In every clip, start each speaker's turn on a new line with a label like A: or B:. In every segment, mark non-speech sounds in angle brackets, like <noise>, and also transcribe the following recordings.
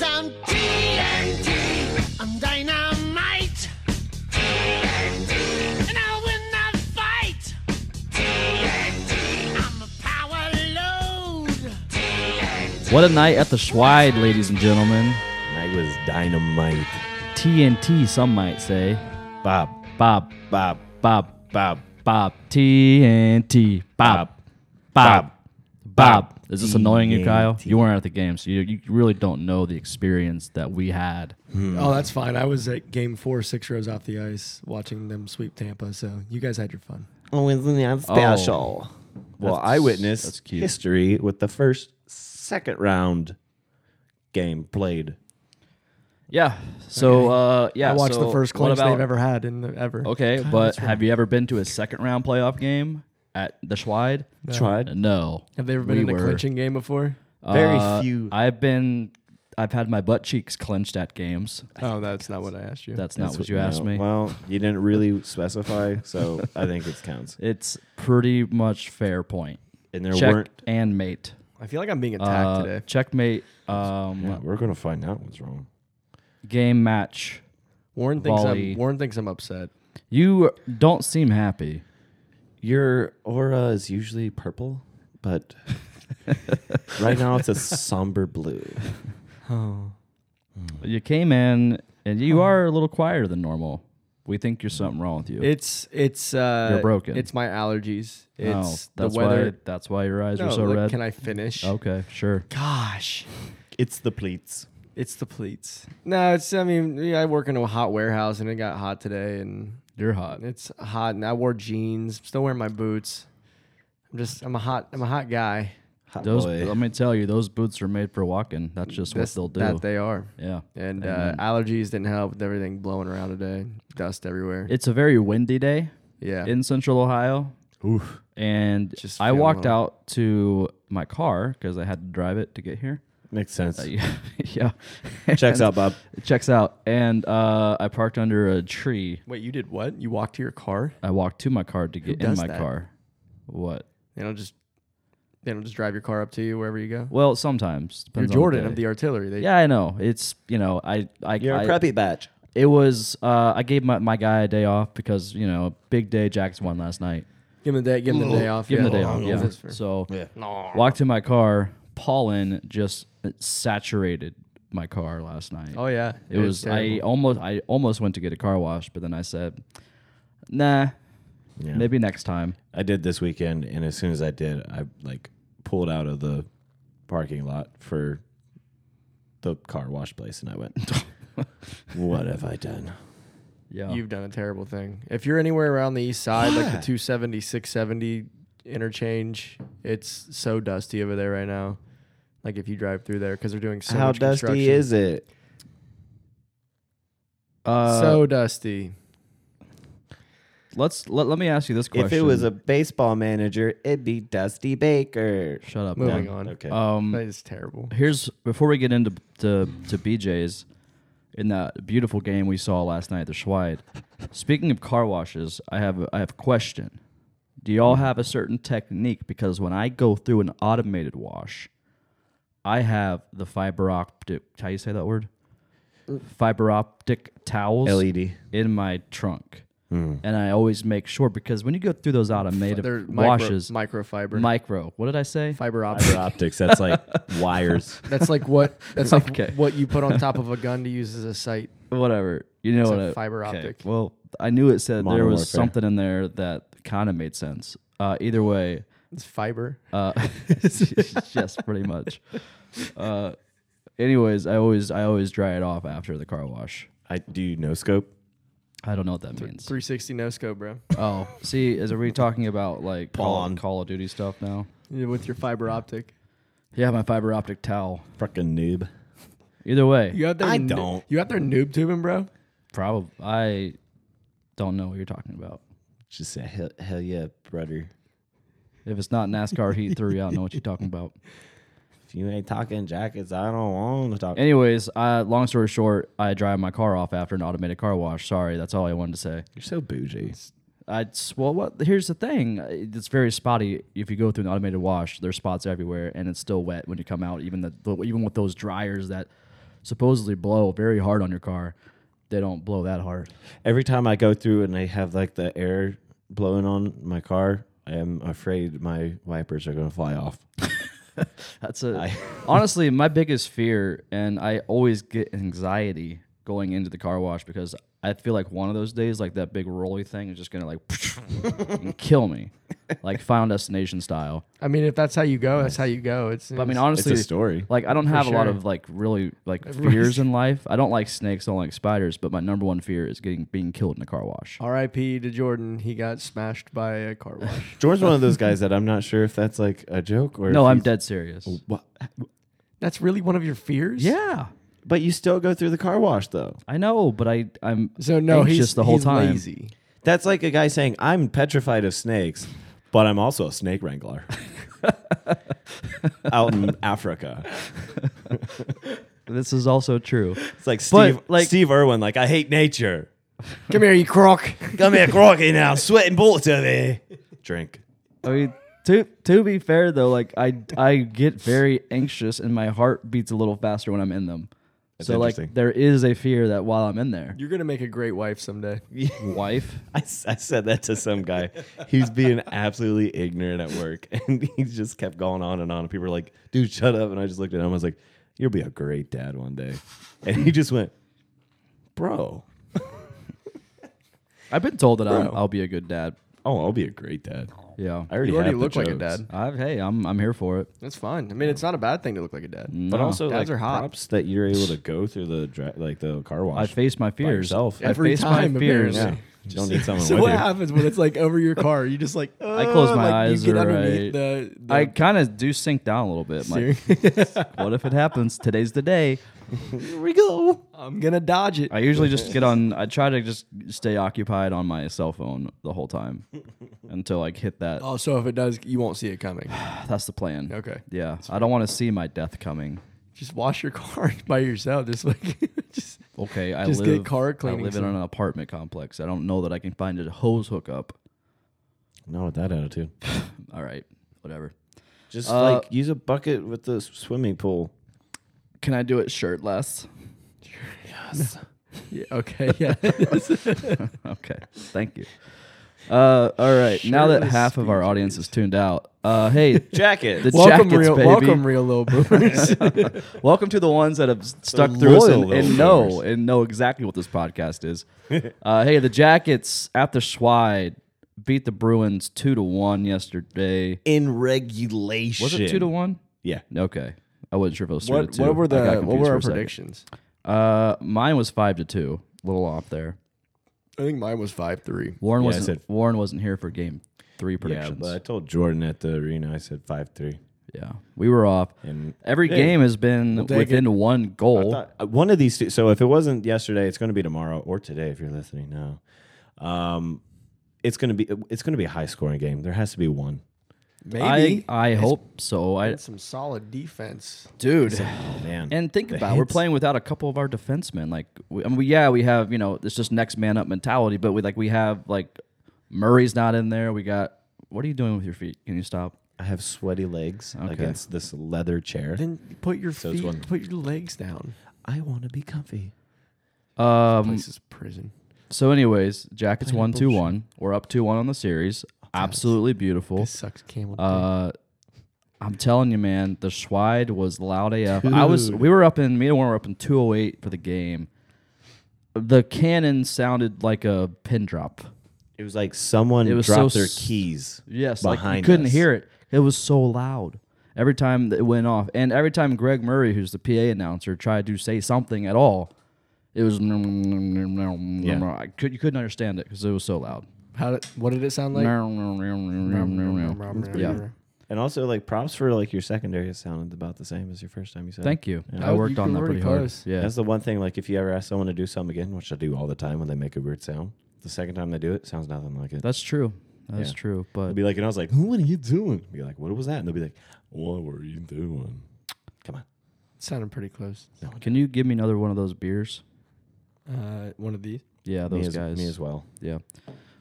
A: I'm TNT. I'm dynamite. TNT. And I'll win the fight. TNT. I'm a power load.
B: What a night at the Schwide, ladies and gentlemen.
C: Night was dynamite.
B: TNT, some might say.
C: Bob,
B: Bob,
C: Bob,
B: Bob,
C: Bob,
B: Bob. TNT. Bob, Bob, Bob. Is this annoying you, Kyle?
C: TNT.
B: You weren't at the game, so you, you really don't know the experience that we had.
D: Oh, that's fine. I was at game four, six rows off the ice, watching them sweep Tampa. So you guys had your fun.
C: Oh, isn't that special? well,
B: That's-
C: I witnessed
B: that's cute.
C: history with the first second round game played.
B: Yeah. So, uh, yeah.
D: I watched
B: so
D: the first
B: what
D: clinch they've
B: about-
D: ever had in the, ever.
B: <laughs> Okay, but have you ever been to a second round playoff game at the Schwide?
C: Tried.
B: No.
D: Have they ever been
B: We
D: in a
B: were-
D: clinching game before?
C: Very
B: Uh,
C: few.
B: I've been. I've had my butt cheeks clenched at games.
D: Oh, that's not what I asked you.
B: That's not what you asked
C: No,
B: me.
C: Well, you didn't really specify, so I think it counts.
B: It's pretty much fair point.
C: And there
B: Check
C: weren't.
B: and mate.
D: I feel like I'm being attacked
B: Uh,
D: today.
B: Checkmate. Um,
C: Yeah, we're gonna find out what's wrong.
B: Game match.
D: Warren thinks
B: volley.
D: I'm, Warren thinks I'm upset.
B: You don't seem happy.
C: Your aura is usually purple, but <laughs> right now it's a somber blue.
B: You came in and you are a little quieter than normal. We think there's something wrong with you.
D: It's it's uh
B: You're broken.
D: It's my allergies. It's
B: Oh,
D: the
B: that's Why,
D: weather.
B: that's why your eyes
D: No,
B: are so
D: look,
B: red. Oh.
D: Can I finish?
B: okay, sure.
D: Gosh.
C: It's the pleats.
D: It's the pleats. No, it's I mean, yeah, I work in a hot warehouse and it got hot today and
B: You're hot.
D: It's hot, and I wore jeans. Still wearing my boots. I'm just, I'm a hot, I'm a hot guy.
C: Hot
B: Those,
C: boy.
B: let me tell you, those boots are made for walking. That's just
D: That's-
B: what they'll do.
D: That they are.
B: yeah,
D: And uh, allergies didn't help with everything blowing around today. Dust everywhere.
B: it's a very windy day
D: yeah.
B: in Central Ohio. Oof. And
D: Just
B: I
D: feeling
B: walked
D: low.
B: out to my car because I had to drive it to get here. Uh,
C: Makes sense.
B: <laughs> yeah, yeah.
C: Checks
B: And-
C: out, Bob.
B: It <laughs> checks out, and uh, I parked under a tree.
D: Wait, you did what? You walked to your car?
B: I walked to my car to get in
D: does
B: my
D: that?
B: car. What?
D: They don't just, they don't just drive your car up to you wherever you go.
B: Well, sometimes
D: You're
B: depends on
D: Jordan
B: the
D: of
B: day.
D: the artillery. They,
B: Yeah, I know. It's you know, I I
C: You're
B: I-
C: a preppy batch.
B: It was uh, I gave my, my guy a day off because you know big day. Jackson won last night.
D: Give him the day. Give him the day off.
B: Give him the day
D: Oh,
B: off.
D: no,
B: Yeah.
D: that's fair.
B: So
C: Yeah.
B: walked to my car. Pollen just saturated my car last night.
D: Oh yeah.
B: It was I
D: terrible.
B: almost I almost went to get a car wash, but then I said, Nah,
C: Yeah.
B: maybe next time.
C: I did this weekend, and as soon as I did, I like pulled out of the parking lot for the car wash place, and I went, <laughs> "What have I done?"
B: Yeah.
D: You've done a terrible thing. If you're anywhere around the east side, like the 270, 670 interchange, it's so dusty over there right now. Like if you drive through there, because they're doing so
C: How
D: much
C: dusty
D: construction.
C: is it?
B: uh,
D: so dusty.
B: let's let, let me ask you this question.
C: If it was a baseball manager, it'd be Dusty Baker.
B: shut up.
D: Moving
B: man.
D: on. Oh.
C: Okay.
B: Um,
D: That is terrible.
B: here's before we get into to, to BJ's in that beautiful game we saw last night, the Schweid. Speaking of car washes, I have a, I have a question. Do y'all have a certain technique? Because when I go through an automated wash, I have the fiber optic. How you say that word? Fiber optic towels
C: LED.
B: in my trunk, and I always make sure because when you go through those automated
D: They're
B: washes,
D: micro, microfiber,
B: micro. What did I say?
D: fiber optic.
C: Fiber optics. That's like wires.
D: that's like what that's like
B: Okay.
D: what you put on top of a gun to use as a sight.
B: whatever. You know
D: It's a
B: what? I-
D: fiber
B: okay.
D: optic.
B: Well, I knew it said there
C: Modern
B: was
C: warfare.
B: something in there that kind of made sense. Uh, either way,
D: It's fiber.
B: <laughs> uh, yes, pretty much. Uh, anyways, I always I always dry it off after the car wash.
C: I do no scope.
B: I don't know what that means.
D: 360 no scope, bro.
B: Oh, see, is are we talking about like Call,
C: Pawn.
B: Call of Duty stuff now?
D: Yeah, With your fiber optic.
B: Yeah, my fiber optic towel.
C: Fucking noob.
B: Either way,
D: You out there
C: I
D: nu-
C: don't.
D: You out there noob tubing, bro?
B: probably I don't know what you're talking about.
C: Just say hell, hell yeah, brother.
B: If it's not NASCAR Heat Three, I don't know what you're talking about.
C: If you ain't talking jackets, I don't want to talk.
B: Anyways, uh, long story short, I drive my car off after an automated car wash. Sorry, that's all I wanted to say.
C: You're so bougie.
B: I well, what, here's the thing: it's very spotty. If you go through an automated wash, there's spots everywhere, and it's still wet when you come out. Even the, the even with those dryers that supposedly blow very hard on your car, they don't blow that hard.
C: Every time I go through and I have like the air blowing on my car, I am afraid my wipers are going to fly off.
B: That's a
C: I-
B: honestly my biggest fear, and I always get anxiety going into the car wash because I feel like one of those days, like that big rolly thing, is just gonna like <laughs> and kill me, like Final Destination style.
D: I mean, if that's how you go, that's how you go. It's.
B: But I mean,
D: it's-
B: honestly,
C: it's a story.
B: Like I don't have a lot
D: sure.
B: of like really like fears in life. I don't like snakes. I don't like spiders. But my number one fear is getting being killed in a car wash.
D: R.I.P. to Jordan. He got smashed by a car wash.
C: Jordan's one of those guys that I'm not sure if that's like a joke or
B: No,
C: if
B: I'm
C: he's-
B: dead serious.
C: What?
D: <laughs> that's really one of your fears.
B: Yeah,
C: But you still go through the car wash though.
B: I know, but I I'm
D: So no,
B: anxious
D: he's
B: the whole
D: he's
B: time.
D: Lazy.
C: That's like a guy saying, "I'm petrified of snakes, but I'm also a snake wrangler." <laughs> Out in Africa,
B: This is also true.
C: it's like
B: But,
C: Steve,
B: like-
C: Steve Irwin, like I hate nature.
D: Come here, you croc.
C: Come here, groggy now, I'm sweating bullets over here. Drink.
B: I mean, to to be fair though, like I I get very anxious and my heart beats a little faster when I'm in them. so like
C: interesting.
B: there is a fear that while I'm in there,
D: <laughs> You're gonna make a great wife someday.
B: wife.
C: I, s- I said that to some guy. He's being absolutely ignorant at work, <laughs> and he just kept going on and on. And people were like, "Dude, shut up!" And I just looked at him. I was like, "You'll be a great dad one day," and he just went, "Bro,
B: I've been told that I'm,
C: Bro.
B: I'll be a good dad.
C: oh, I'll be a great dad.
B: Yeah.
C: I already,
D: You already
C: have the
D: look like a
C: jokes."
D: dad.
B: I've, hey, I'm I'm here for it.
D: That's fine. I mean, it's not a bad thing to look like a dad.
C: But
B: No.
C: also,
D: Dads
C: like,
D: are hot.
C: props that you're able to go through the dri- like the car
B: I
C: wash.
B: face my fears.
C: yourself.
B: I
D: Every
B: face
D: time,
B: my fears.
C: yeah,
D: apparently.
C: you don't need someone
D: <laughs> So
C: with
D: what
C: you.
D: happens when it's like over your car? You just like uh,
B: I close my
D: like,
B: eyes,
D: You get
B: or
D: underneath
B: I-
D: the, the
B: I kind of do sink down a little bit. I'm Like, <laughs> what if it happens? Today's the day.
D: Here we go. I'm gonna dodge it.
B: I usually just get on. I try to just stay occupied on my cell phone the whole
C: <laughs>
B: time until I hit that.
D: oh, so if it does, you won't see it
B: <sighs>
D: coming.
B: That's the plan.
D: Okay.
B: Yeah, I don't want to see my death coming.
D: Just wash your <laughs> car by yourself. Just like <laughs> just
B: Okay, I
D: Just
B: live.
D: get car cleaning
B: I live in
D: some-
B: an apartment complex. I don't know that I can find a hose hookup.
C: Not with that attitude.
B: All right, whatever.
C: Just
B: Uh,
C: like use a bucket with the s- swimming pool.
B: Can I do it shirtless?
D: yeah, okay, <laughs> yeah.
B: okay. Thank you. Uh, all right. now that
D: Shirtless
B: half of our audience is tuned out, uh,
D: <laughs>
B: hey,
C: Jacket.
B: the
D: welcome,
B: jackets,
D: real,
B: baby.
D: welcome,
B: <laughs>
D: real little boomers.
B: Welcome to the ones that have s- stuck through us and,
C: loyal
B: and
C: listeners.
B: know and know exactly what this podcast
D: <laughs>
B: is. uh, hey, the Jackets at the Schwide beat the Bruins two to one yesterday.
C: in regulation.
B: Was it two to one?
C: Yeah.
B: Okay, I wasn't sure if it was two
D: what,
B: to two.
D: what were
B: I got
D: the what
B: confused
D: were
B: for
D: our
B: a second.
D: predictions?
B: Uh, mine was five to two. A little off there.
D: I think mine was five three.
B: Warren
C: Yeah, I
B: wasn't.
C: said-
B: Warren wasn't here for game three
C: Yeah,
B: predictions.
C: but I told Jordan at the arena, I said 5 3.
B: Yeah, we were off.
C: And
B: Every
C: Hey.
B: game has been
D: take
B: within one goal.
C: thought- uh, one of these two. So if it wasn't yesterday, it's going to be tomorrow or today if you're listening now. Um, it's going to be it's going to be a high scoring game. There has to be one.
B: I
D: Maybe
B: I hope so. I
D: that's some solid defense.
B: dude.
C: Oh man.
B: And think about it, we're
C: hits.
B: playing without a couple of our defensemen. Like, we, I mean, we, yeah, we have you know it's just next man up mentality, but we like we have like Murray's not in there. We got what are you doing with your feet? Can you stop?
C: I have sweaty legs against this leather chair.
D: Then put your
C: it's
D: feet,
C: one.
D: put your legs down.
C: I want to be comfy.
B: Um.
D: This is prison.
B: So, anyways, Jackets one two one. We're up two one on the series. Absolutely beautiful.
D: This sucks, Camel.
B: Uh, I'm telling you, man, the Schwide was loud AF. I was, we were up in, me and Warren were up in 208 for the game. The cannon sounded like a pin drop.
C: It was like someone
B: It was
C: dropped
B: so
C: their
B: s-
C: keys.
B: Yes,
C: behind
B: like you couldn't
C: us.
B: hear it. It was so loud every time that it went off, and every time Greg Murray, who's the PA announcer, tried to say something at all, it was I could you couldn't understand it because it was so loud.
D: How did, what did it sound like?
B: yeah,
C: And also, like props for like your secondary. It sounded about the same as your first time you said. it.
B: thank you.
C: Yeah.
B: I
D: Oh,
B: worked
D: you
B: on
D: were
B: that pretty
D: pretty
B: hard.
D: close.
B: Yeah,
C: That's the one thing. Like, if you ever ask someone to do something again, which I do all the time when they make a weird sound, the second time they do it, it sounds nothing like it.
B: that's true. That's
C: Yeah.
B: true.
C: I'll
B: But
C: be like, and I was like, "What are you doing?" Be like, "What was that?" And they'll be like, "What were you doing?" Come on.
D: sounded pretty close.
B: can you give me another one of those beers?
D: Uh, one of these.
B: Yeah, those
C: me as,
B: guys.
C: Me as well.
B: Yeah.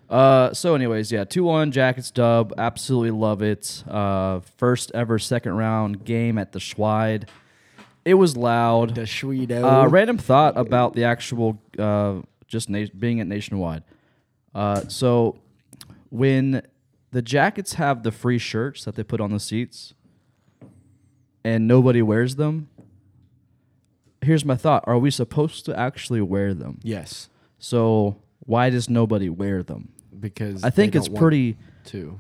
B: Uh, so, anyways, yeah, two one Jackets dub. Absolutely love it. Uh, first ever second round game at the Schwide. it was loud.
D: The Schwedo.
B: Uh, random thought about the actual uh, just na- being at nationwide. Uh, so when the Jackets have the free shirts that they put on the seats, and nobody wears them. Here's my thought: Are we supposed to actually wear them?
D: yes,
B: So why does nobody wear them?
D: because
B: I think
D: they
B: it's
D: don't want
B: pretty.
D: to.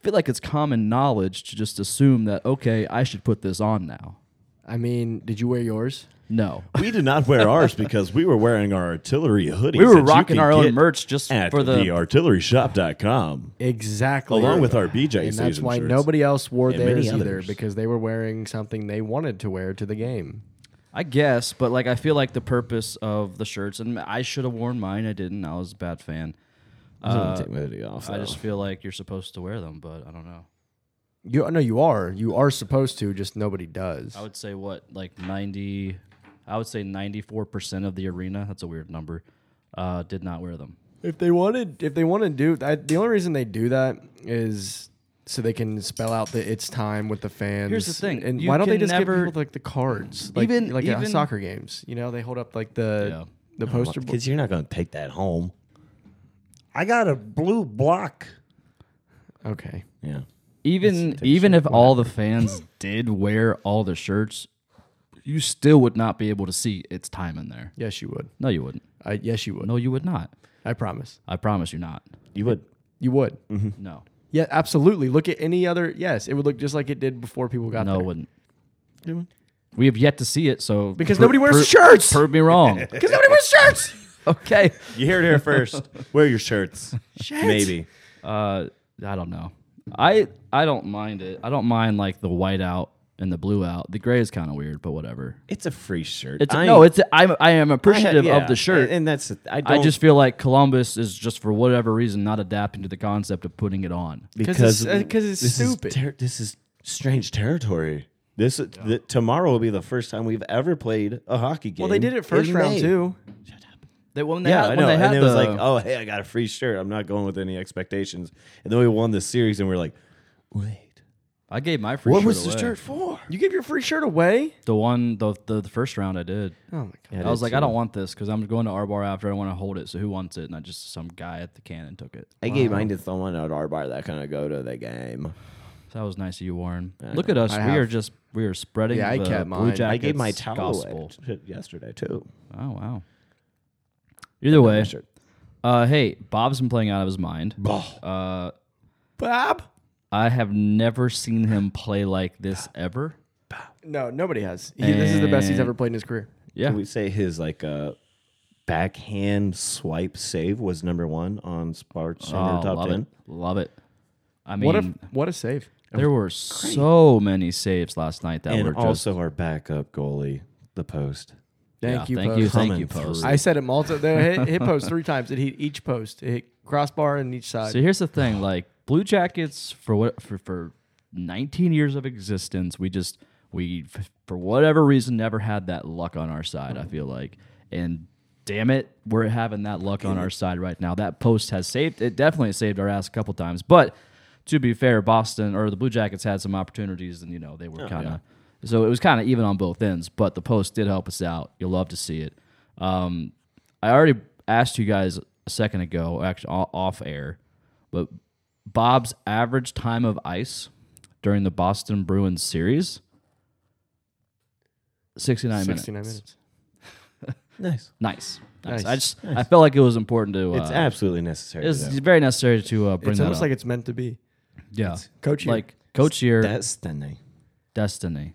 B: feel like it's common knowledge to just assume that okay, I should put this on now.
D: I mean, did you wear yours?
B: No,
C: We did not
B: <laughs>
C: wear ours because we were wearing our artillery hoodies.
B: we
C: that
B: were
C: you
B: rocking
C: can
B: our own
C: get
B: merch just
C: at
B: for the.
C: theartilleryshop.com
D: Exactly.
C: along with our BJ
D: and
C: season
D: that's why
C: shirts.
D: nobody else wore
C: And many
D: theirs either
C: others.
D: because they were wearing something they wanted to wear to the game.
B: I guess, but like I feel like the purpose of the shirts, and I should have worn mine. I didn't. I was a bad fan.
C: I was gonna take my hoodie off,
B: I
C: though. <laughs>
B: just feel like you're supposed to wear them, but I don't know.
D: You no, you are. You are supposed to, just nobody does.
B: I would say what like ninety. I would say ninety-four percent of the arena. That's a weird number. Uh, did not wear them.
D: If they wanted, if they want to do, I, the only reason they do that is so they can spell out the it's time with the fans.
B: Here's the thing,
D: and
B: you
D: why don't they
B: can
D: just give
B: never-
D: people like the cards, like,
B: Even-
D: like at
B: even-
D: soccer games? You know, they hold up like the the poster board.
C: Because you're not going to take that home. I got a blue block.
D: Okay,
C: Yeah.
B: Even even if all the fans did wear all the shirts, you still would not be able to see it's time in there.
D: yes, you would.
B: No, you wouldn't.
D: I, yes, you would.
B: No, you would not.
D: I promise,
B: I promise you not.
C: You would.
D: you would.
B: No,
D: Yeah, absolutely. Look at any other. Yes, it would look just like it did before people got
B: no,
D: there.
B: it wouldn't. We have yet to see it, so
D: Because nobody wears shirts!
B: Prove me
D: <laughs>
B: wrong.
D: because nobody wears shirts.
B: <laughs> okay,
C: You hear it here first. Wear your shirts. Maybe.
B: uh, I don't know. I I don't mind it. I don't mind like the white out and the blue out. The gray is kind of weird, but whatever.
C: It's a free shirt.
B: It's
C: I-
B: no, it's I'm I am
C: I-
B: appreciative
C: yeah.
B: of the shirt.
C: And that's, I
B: I
C: don't.
B: just feel like Columbus is just for whatever reason not adapting to the concept of putting it on.
C: because
D: it's- uh, 'cause it's
C: this is
D: stupid.
C: ter- this is strange territory. This th- tomorrow will be the first time we've ever played a hockey game.
D: Well, they did it first
C: in
D: round
C: May.
D: too.
B: They, when they
C: Yeah,
B: had,
C: I
B: when
C: know.
B: They had
C: and it was
B: the-
C: like, oh, hey, I got a free shirt. I'm not going with any expectations. And then we won the series, and we're like, wait,
B: I gave my free
C: what
B: shirt
C: was the
B: away.
C: shirt for?
D: You give your free shirt away.
B: The one, the, the the first round I did.
D: Oh my god.
B: I was like, I don't want this because I'm going to our bar after. I want to hold it. So who wants it? And I just some guy at the cannon took it.
C: I gave mine to someone at our bar that kind of go to the game.
B: So that was nice of you, Warren. Look at us.
D: I
B: we are
D: have-
B: just we are spreading.
D: Yeah, I
B: the
D: kept
B: Blue
D: mine. I
B: Jackets
C: I gave my towel
B: gospel.
C: away yesterday too.
B: Oh wow. Either way,
C: shirt.
B: uh, hey, Bob's been playing out of his mind.
D: Bob.
B: I have never seen him play like this ever.
D: No, nobody has. He, this is the best he's
B: And-
D: ever played in his career.
B: Yeah,
C: Can we say his like uh, backhand swipe save was number one on Sports Center
B: Oh,
C: top
B: love
C: ten?
B: it, love it. I mean,
D: What a what a save!
B: there were so many saves last night that were
C: And
B: just
C: also our backup goalie, the post.
B: Yeah,
D: Thank you,
B: thank
D: post.
B: you, thank you,
C: Coming
B: post.
D: I said it multiple. They
B: <laughs>
D: hit, hit post three times. It hit each post. It hit crossbar and each side.
B: So here's the thing, like Blue Jackets for what for for 19 years of existence, we just we f- for whatever reason never had that luck on our side, I feel like. And damn it, we're having that luck on our side right now. That post has saved it definitely saved our ass a couple times. But to be fair, Boston or the Blue Jackets had some opportunities and you know, they were kind of so it was kind of even on both ends, but the post did help us out. You'll love to see it. Um, I already asked you guys a second ago, actually o- off air, but Bob's average time of ice during the Boston Bruins series 69,
D: 69
B: minutes.
D: minutes.
C: Nice.
B: Nice. Nice.
D: Nice.
B: I just I felt like it was important to uh,
C: It's absolutely necessary.
B: it's
C: though.
B: very necessary to uh, bring
D: It's
B: that
D: almost
B: up.
D: like it's meant to be.
B: yeah.
D: Coach here.
B: like coach year
C: That's the name.
B: destiny.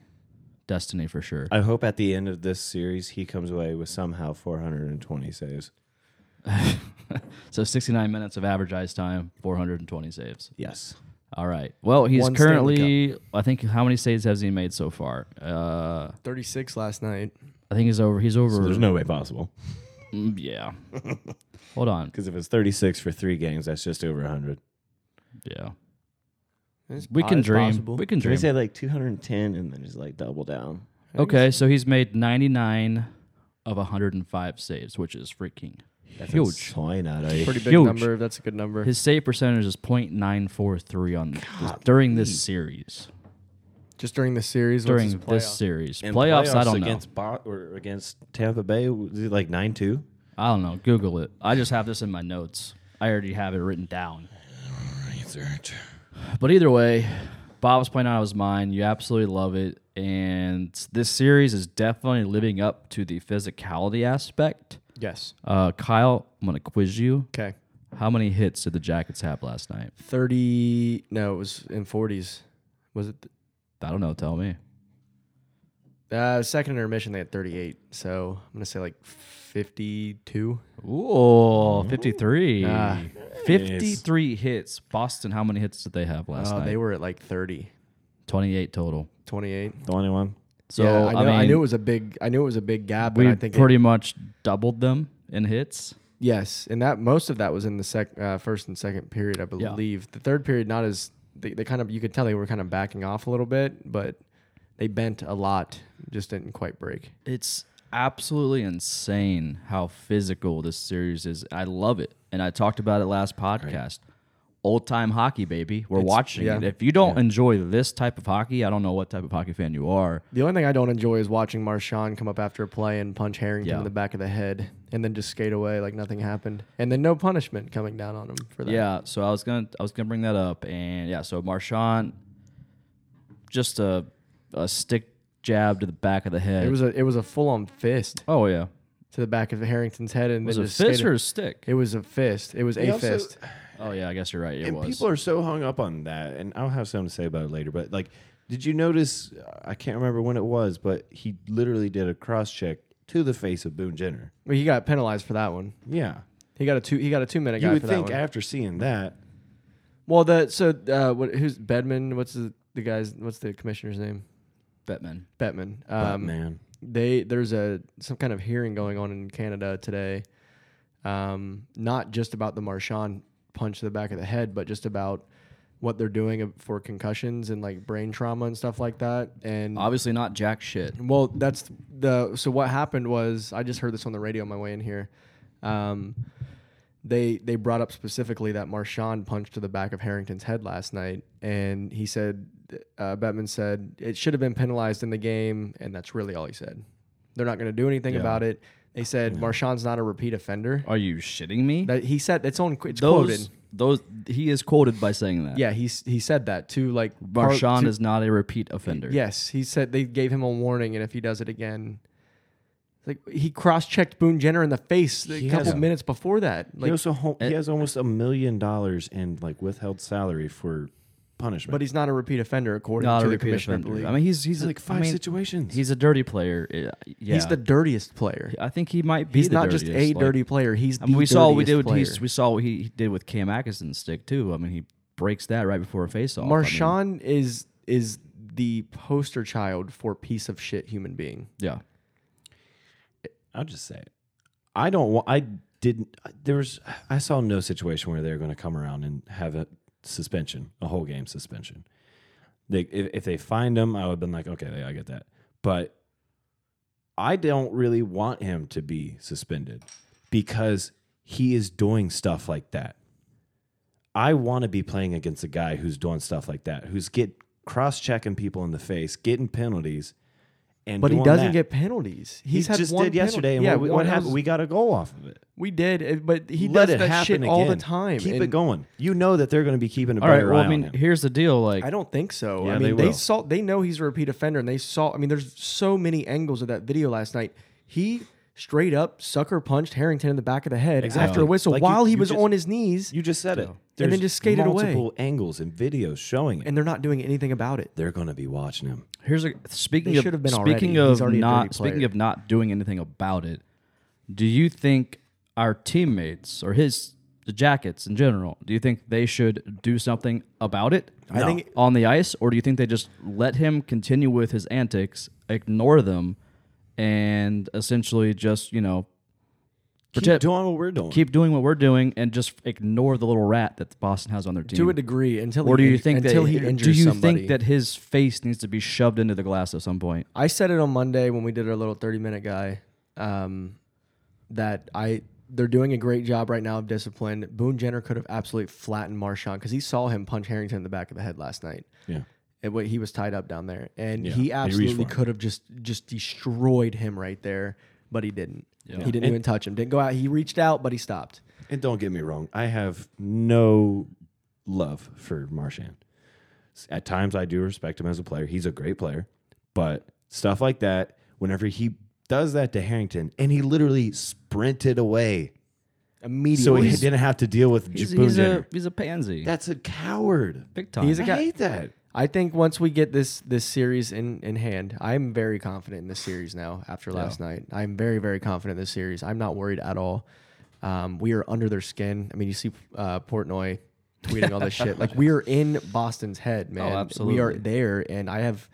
B: Destiny for sure.
C: I hope at the end of this series he comes away with somehow 420 saves.
B: so 69 minutes of average ice time, 420 saves.
C: Yes.
B: All right. Well, he's
D: One Stanley
B: currently I think how many saves has he made so far? Uh,
D: Thirty six last night.
B: I think he's over he's over
C: There's no way possible.
B: Mm, yeah.
D: <laughs>
B: Hold on.
C: Because if it's 36 for three games, that's just over 100.
B: Yeah.
D: It's
B: We can
D: it's
B: dream.
D: possible.
B: We can
C: They
B: dream.
C: say like 210 and then just like double down.
B: Okay, so he's made 99 of 105 saves, which is freaking huge.
C: Insane, out of you.
D: Pretty big
B: Huge.
D: number. That's a good number.
B: His save percentage is .943 on this, during this series.
D: Just during the series. what's
B: during
D: his
B: this
D: playoff?
B: series.
C: And
B: Playoffs, I don't know.
C: against Bo- or against Tampa Bay was it like nine two?
B: I don't know. Google it. I just have this in my notes. I already have it written down. But either way, Bob's playing out of his mind. You absolutely love it. And this series is definitely living up to the physicality aspect.
D: Yes.
B: Uh, Kyle, I'm going to quiz you.
D: Okay.
B: How many hits did the Jackets have last night?
D: Thirty. No, it was in forties. Was it
B: I don't know. Tell me.
D: th- uh, second intermission? They had thirty-eight. So I'm gonna say like fifty-two.
B: Ooh, 53.
D: Mm-hmm. Ah.
B: 53 hits. Boston, how many hits did they have last
D: Oh,
B: night?
D: they were at like 30,
B: 28 total.
D: 28.
C: Twenty one.
B: So
D: yeah, I,
B: I,
D: know, I
B: mean,
D: knew it was a big. I knew it was a big gap.
B: we
D: and I think it-
B: pretty much doubled them in hits.
D: Yes, and that most of that was in the sec, uh, first and second period, I believe. The third period, not as they, they kind of you could tell they were kind of backing off a little bit, but they bent a lot, just didn't quite break.
B: It's absolutely insane how physical this series is. I love it. And I talked about it last podcast. Old time hockey, baby. We're watching
D: yeah.
B: it. If you don't enjoy this type of hockey, I don't know what type of hockey fan you are.
D: The only thing I don't enjoy is watching Marshawn come up after a play and punch Harrington
B: Yeah.
D: in the back of the head, and then just skate away like nothing happened, and then no punishment coming down on him for that.
B: Yeah, so I was gonna I was gonna bring that up, and yeah, so Marshawn, just a a stick jab to the back of the head.
D: it was a it was a full on fist
B: oh yeah,
D: to the back of Harrington's head, and
B: was
D: then
B: it a
D: just
B: fist
D: skated-
B: or a stick?
D: It was a fist. It was a
C: also-
D: fist.
B: oh yeah, I guess you're right. It
C: and
B: was.
C: people are so hung up on that and i'll have something to say about it later but like did you notice i can't remember when it was but he literally did a cross check to the face of boone jenner
D: Well, he got penalized for that one.
C: yeah
D: He got a two. He got a two minute.
C: you
D: guy
C: would
D: for that
C: think
D: one.
C: after seeing that
D: Well, the so uh, what, who's Bedman? What's the, the guy's? What's the commissioner's name?
B: Batman.
D: Bettman.
C: but
D: Um,
C: man
D: they there's a some kind of hearing going on in Canada today, um, not just about the Marchand punch to the back of the head, but just about what they're doing for concussions and like brain trauma and stuff like that. And
B: Obviously not jack shit.
D: well, that's the so what happened was I just heard this on the radio on my way in here. Um, they they brought up specifically that Marshawn punched to the back of Harrington's head last night, and he said, uh, Bettman said it should have been penalized in the game, and that's really all he said. They're not going to do anything about it. They said Marshawn's not a repeat offender.
B: Are you shitting me?
D: That he said it's on it's
B: those
D: quoted.
B: those he is quoted by saying that.
D: Yeah, he's he said that to like par-
B: Marshawn
D: to-
B: is not a repeat offender.
D: Yes, he said they gave him a warning, and if he does it again, like he cross-checked Boone Jenner in the face a
C: He
D: couple
C: has-
D: minutes before that. Like,
C: he, also, hom- he has almost a million dollars in like withheld salary for punishment
D: but he's not a repeat offender according
B: Not
D: to
B: a
D: the
B: repeat
D: commissioner. of the
B: offender.
D: league.
B: I mean, he's he's
C: It's
B: a-
C: like five
B: I mean,
C: situations
B: He's a dirty player. Yeah,
D: he's the dirtiest player.
B: I think he might be.
D: he's
B: the
D: not just a
B: dirtiest, like-
D: dirty player. He's
B: I mean,
D: the
B: we saw what we did.
D: dirtiest
B: With,
D: player.
B: he's- we saw what he, he did with Cam Atkinson's stick too. I mean, he breaks that right before a face off.
D: Marshawn is is the poster child for piece of shit human being.
B: yeah,
C: I'll just say it. I don't want. I didn't. There was. I saw no situation where they were going to come around and have a suspension, a whole game suspension. They, if, if they find him, I would have been like, okay, I get that. But I don't really want him to be suspended because he is doing stuff like that. I want to be playing against a guy who's doing stuff like that, who's get cross checking people in the face, getting penalties, and
D: But he
C: doing
D: doesn't
C: that.
D: get penalties. He's
C: He
D: had
C: just
D: one
C: did
D: penalty.
C: yesterday. And
D: Yeah,
C: what,
D: we,
C: what
D: that
C: happened?
D: was-
C: we got a goal off of it.
D: we did, uh, but he
C: Let
D: does
C: it
D: that
C: happen
D: shit
C: again.
D: all the time.
C: Keep
D: and-
C: it going. You know that they're going to be keeping a
B: All right.
C: better
B: Well, I
C: eye
B: mean,
C: on him.
B: here's the deal. Like,
D: I don't think so.
C: Yeah,
D: I
C: they
D: mean, they,
C: will.
D: saw they know he's a repeat offender, and they saw. I mean, there's so many angles of that video last night. He straight up sucker punched Harrington in the back of the head
C: Exactly.
D: after a whistle
C: Like, you-
D: while he
C: you
D: was
C: just-
D: on his knees,
C: you just said it.
D: then just skated away.
C: multiple angles and videos showing it.
D: and they're not doing anything about it.
C: they're going to be watching him.
B: here's a speaking
D: They
B: of
D: should have been
B: speaking
D: already. He's
B: of
D: already a
B: not
D: dirty player.
B: speaking of not doing anything about it. Do you think our teammates or his the Jackets in general? Do you think they should do something about it?
D: I think
B: on the ice, or do you think they just let him continue with his antics, ignore them, and essentially just you know
C: Keep
B: Pretend-
C: doing what we're doing.
B: keep doing what we're doing and just ignore the little rat that Boston has on their team?
D: to a degree until
B: or do
D: he,
B: you think
D: until
B: that
D: he
B: do
D: injures
B: you
D: somebody.
B: think that his face needs to be shoved into the glass at some point?
D: I said it on Monday when we did our little 30 minute guy um, that I they're doing a great job right now of discipline. Boone Jenner could have absolutely flattened Marshawn because he saw him punch Harrington in the back of the head last night.
C: Yeah.
D: and what he was tied up down there, and
C: Yeah, he
D: he
C: reached
D: absolutely
C: for him.
D: could have just just destroyed him right there, but he didn't. He didn't even touch him. Didn't go out. He reached out, but he stopped.
C: And don't get me wrong, I have no love for Marshan. At times, I do respect him as a player. He's a great player, but stuff like that, whenever he does that to Harrington, and he literally sprinted away,
D: Immediately.
C: so he didn't have to deal with
B: He's,
C: Boone
B: he's a
C: Jenner.
B: he's a pansy.
C: That's a coward.
B: big time.
D: He's a
C: I
D: guy-
C: hate that.
D: I think once we get this this series in in hand, I'm very confident in this series now. After last night, I'm very very confident in this series. I'm not worried at all. Um, we are under their skin. I mean, you see uh, Portnoy tweeting all this shit. Like we
B: <laughs>
D: are in Boston's head, man. We are
B: Oh, absolutely.
D: there, and I have.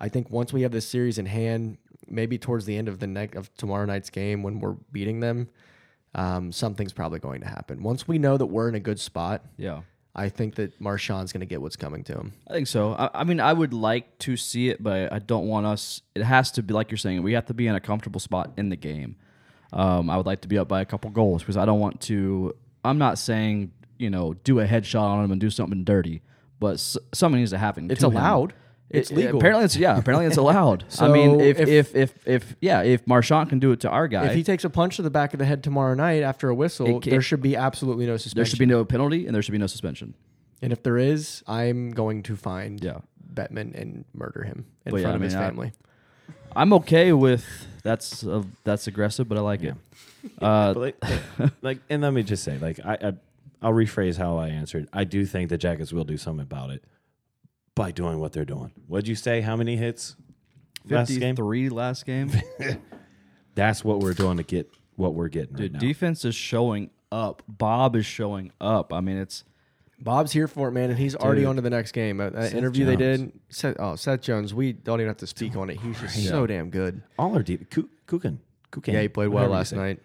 D: I think once we have this series in hand, maybe towards the end of the neck of tomorrow night's game when we're beating them, um, something's probably going to happen. Once we know that we're in a good spot,
B: yeah.
D: I think that Marshawn's going to get what's coming to him.
B: I think so. I, I mean, I would like to see it, but I don't want us. It has to be like you're saying. We have to be in a comfortable spot in the game. Um, I would like to be up by a couple goals because I don't want to. I'm not saying you know do a headshot on him and do something dirty, but s- something needs to happen.
D: It's
B: to him.
D: allowed. It's legal.
B: Apparently, it's yeah. Apparently,
D: <laughs>
B: it's allowed. I mean,
D: So
B: if if,
D: if-
B: if if yeah, if Marchant can do it to our guy,
D: If he takes a punch to the back of the head tomorrow night after a whistle,
B: It ca-
D: there should be absolutely no suspension.
B: there should be no penalty and there should be no suspension.
D: and if there is, I'm going to find
B: Yeah.
D: Bettman and murder him in
B: But yeah,
D: front
B: I
D: of his
B: mean, I-
D: family.
B: I'm okay with that's uh, that's aggressive, but I like it. Uh,
C: But
D: <laughs>
C: like, like, and let me just say, like, I, I, I'll rephrase how I answered. I do think the Jackets will do something about it by doing what they're doing. What'd you say? How many hits? Last game.
B: Fifty-three last
C: <laughs>
B: game.
C: That's what we're doing to get what we're getting
B: Dude,
C: right now.
B: defense is showing up. Bob is showing up. I mean, it's
D: Bob's here for it, man, and he's already on to the next game. Uh, That interview they
C: Jones.
D: did, Seth, oh Seth Jones, we don't even have to speak on it. He's just so damn good.
C: All our deep. Kukan. Kukan.
D: Yeah, he played well
C: Whatever you
D: last
C: say.
D: night.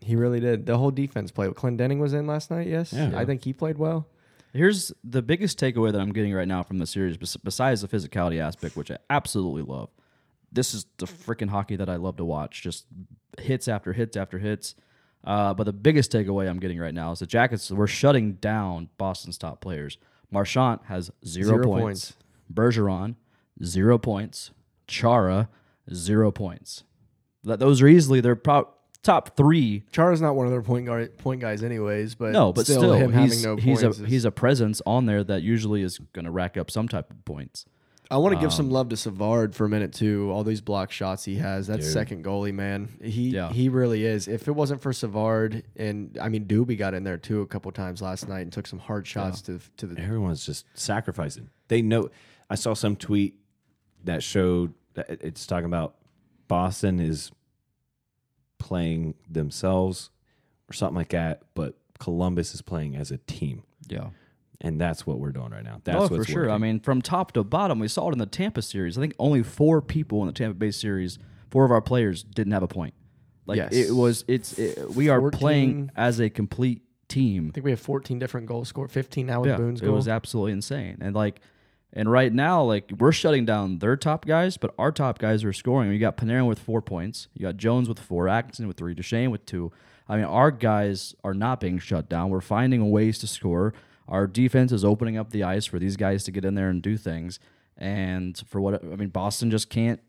D: He really did. The whole defense played. Clendenning was in last night. Yes,
C: Yeah.
D: I think he played well.
B: here's the biggest takeaway that I'm getting right now from the series, bes- besides the physicality aspect, which I absolutely love. This is the freaking hockey that I love to watch. Just hits after hits after hits. Uh, but the biggest takeaway I'm getting right now is the Jackets were shutting down Boston's top players. Marchant has zero,
D: Zero
B: points. Bergeron, zero points. Chara, zero points. Th- those are easily their pro- top three
D: Chara's not one of their point guard point guys, anyways. But
B: No, but still,
D: him
B: he's,
D: having no
B: he's
D: points
B: a
D: is-
B: he's a presence on there that usually is going to rack up some type of points.
D: I want to give
B: Um,
D: some love to Savard for a minute too. All these block shots he has. That second goalie, man, he
B: Yeah.
D: he really is. If it wasn't for Savard, and I mean Doobie got in there too a couple times last night and took some hard shots to to the.
C: Everyone's just sacrificing. They know. I saw some tweet that showed that it- it's talking about Boston is playing themselves or something like that, but Columbus is playing as a team.
B: Yeah.
C: And that's what we're doing right now. That's
B: Oh, for
C: what's
B: sure. I
C: working.
B: mean, from top to bottom, we saw it in the Tampa series. I think only four people in the Tampa Bay series, four of our players didn't have a point. Like
D: Yes.
B: it was, it's it, we are
D: 14.
B: playing as a complete team.
D: I think we have 14 different goals scored. 15 now with
B: Yeah,
D: Boone's
B: it
D: goal.
B: was absolutely insane. And like, and right now, like we're shutting down their top guys, but our top guys are scoring. You got Panarin with four points. You got Jones with four. Atkinson with three. Duchesne with two. I mean, our guys are not being shut down. We're finding ways to score. Our defense is opening up the ice for these guys to get in there and do things. And for what I mean, Boston just can't.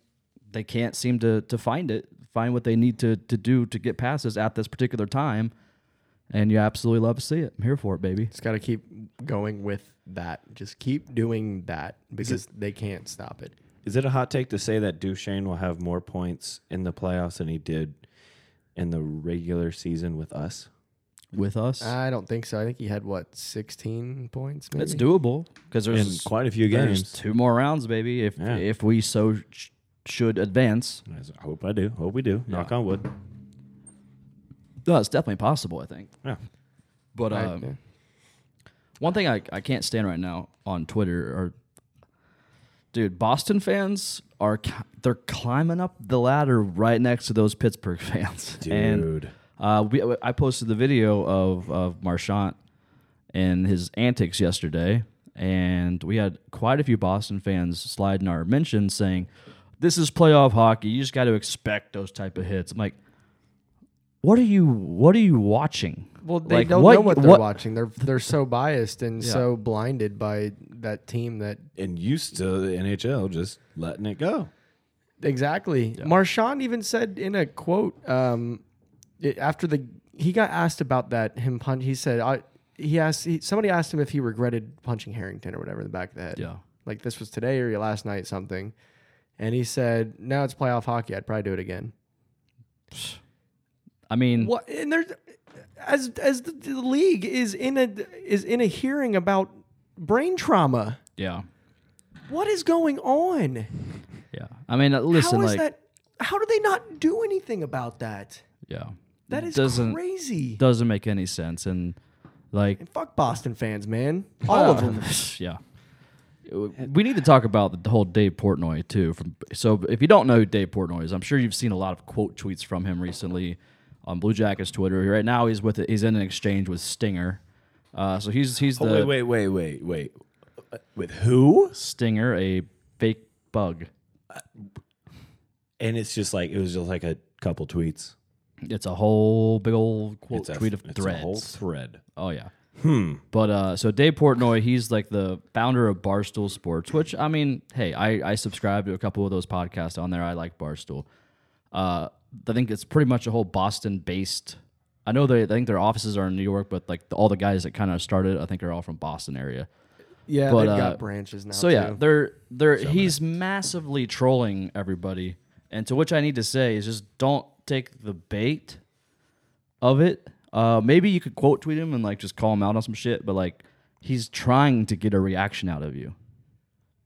B: They can't seem to to find it, find what they need to to do to get passes at this particular time. And you absolutely love to see it. I'm here for it, baby.
D: Just got to keep going with that. Just keep doing that because they can't stop it.
C: Is it a hot take to say that Duchesne will have more points in the playoffs than he did in the regular season with us?
B: With us,
D: I don't think so. I think he had what 16 points. Maybe?
B: It's doable because
C: In
B: there's
C: quite a few
B: there's
C: games.
B: two more rounds, baby. If
C: Yeah.
B: if we so sh- should advance,
C: I said, I hope I do. Hope we do. Knock on wood.
B: no, it's definitely possible. I think.
C: Yeah.
B: But
D: Right,
B: um,
D: yeah.
B: one thing I, I can't stand right now on Twitter are, dude, Boston fans are c- they're climbing up the ladder right next to those Pittsburgh fans. <laughs> And,
C: Dude.
B: uh, we, I posted the video of of Marchant and his antics yesterday, and we had quite a few Boston fans slide in our mentions saying, "This is playoff hockey. You just got to expect those type of hits." I'm like, what are you what are you watching?
D: Well, they
B: Like,
D: don't know what they're
B: what-
D: watching. They're they're so biased and
B: Yeah.
D: so blinded by that team that
C: and used to the NHL just letting it go.
D: exactly. Marchand even said in a quote um, i- after the he got asked about that him punch. He said I he asked he, somebody asked him if he regretted punching Harrington or whatever in the back of the head.
B: Yeah.
D: like this was today or last night something, and he said no, it's playoff hockey. I'd probably do it again.
B: I mean,
D: What and there's as as the, the league is in a is in a hearing about brain trauma.
B: yeah,
D: What is going on?
B: yeah. I mean, uh, listen,
D: how is
B: like,
D: that? How do they not do anything about that?
B: yeah,
D: That is
B: doesn't
D: crazy.
B: doesn't make any sense, and like, <laughs>
D: Fuck Boston fans, man. All of them.
B: yeah. We need to talk about the whole Dave Portnoy too. From so, if you don't know who Dave Portnoy is, I'm sure you've seen a lot of quote tweets from him recently on Blue Jackets Twitter. Right now, he's with he's in an exchange with Stinger. Uh, so he's he's the
C: Oh, wait, wait, wait, wait, wait. Uh, With who?
B: Stinger, a fake bug.
C: And it's just like it was just like a couple tweets.
B: It's a whole big old quote
C: It's a
B: tweet of
C: it's
B: threads.
C: a whole thread.
B: Oh yeah. Hmm. But uh, so Dave Portnoy, he's like the founder of Barstool Sports, which I mean, hey, I I subscribe to a couple of those podcasts on there. I like Barstool. Uh, I think it's pretty much a whole Boston-based. I know they, I think their offices are in New York, but like the, all the guys that kind of started, I think are all from Boston area.
D: Yeah,
B: But,
D: they've
B: uh,
D: got branches now.
B: So yeah,
D: too.
B: they're they're he's massively trolling everybody. And to which I need to say is just don't take the bait of it. Uh, maybe you could quote tweet him and like just call him out on some shit, but like he's trying to get a reaction out of you.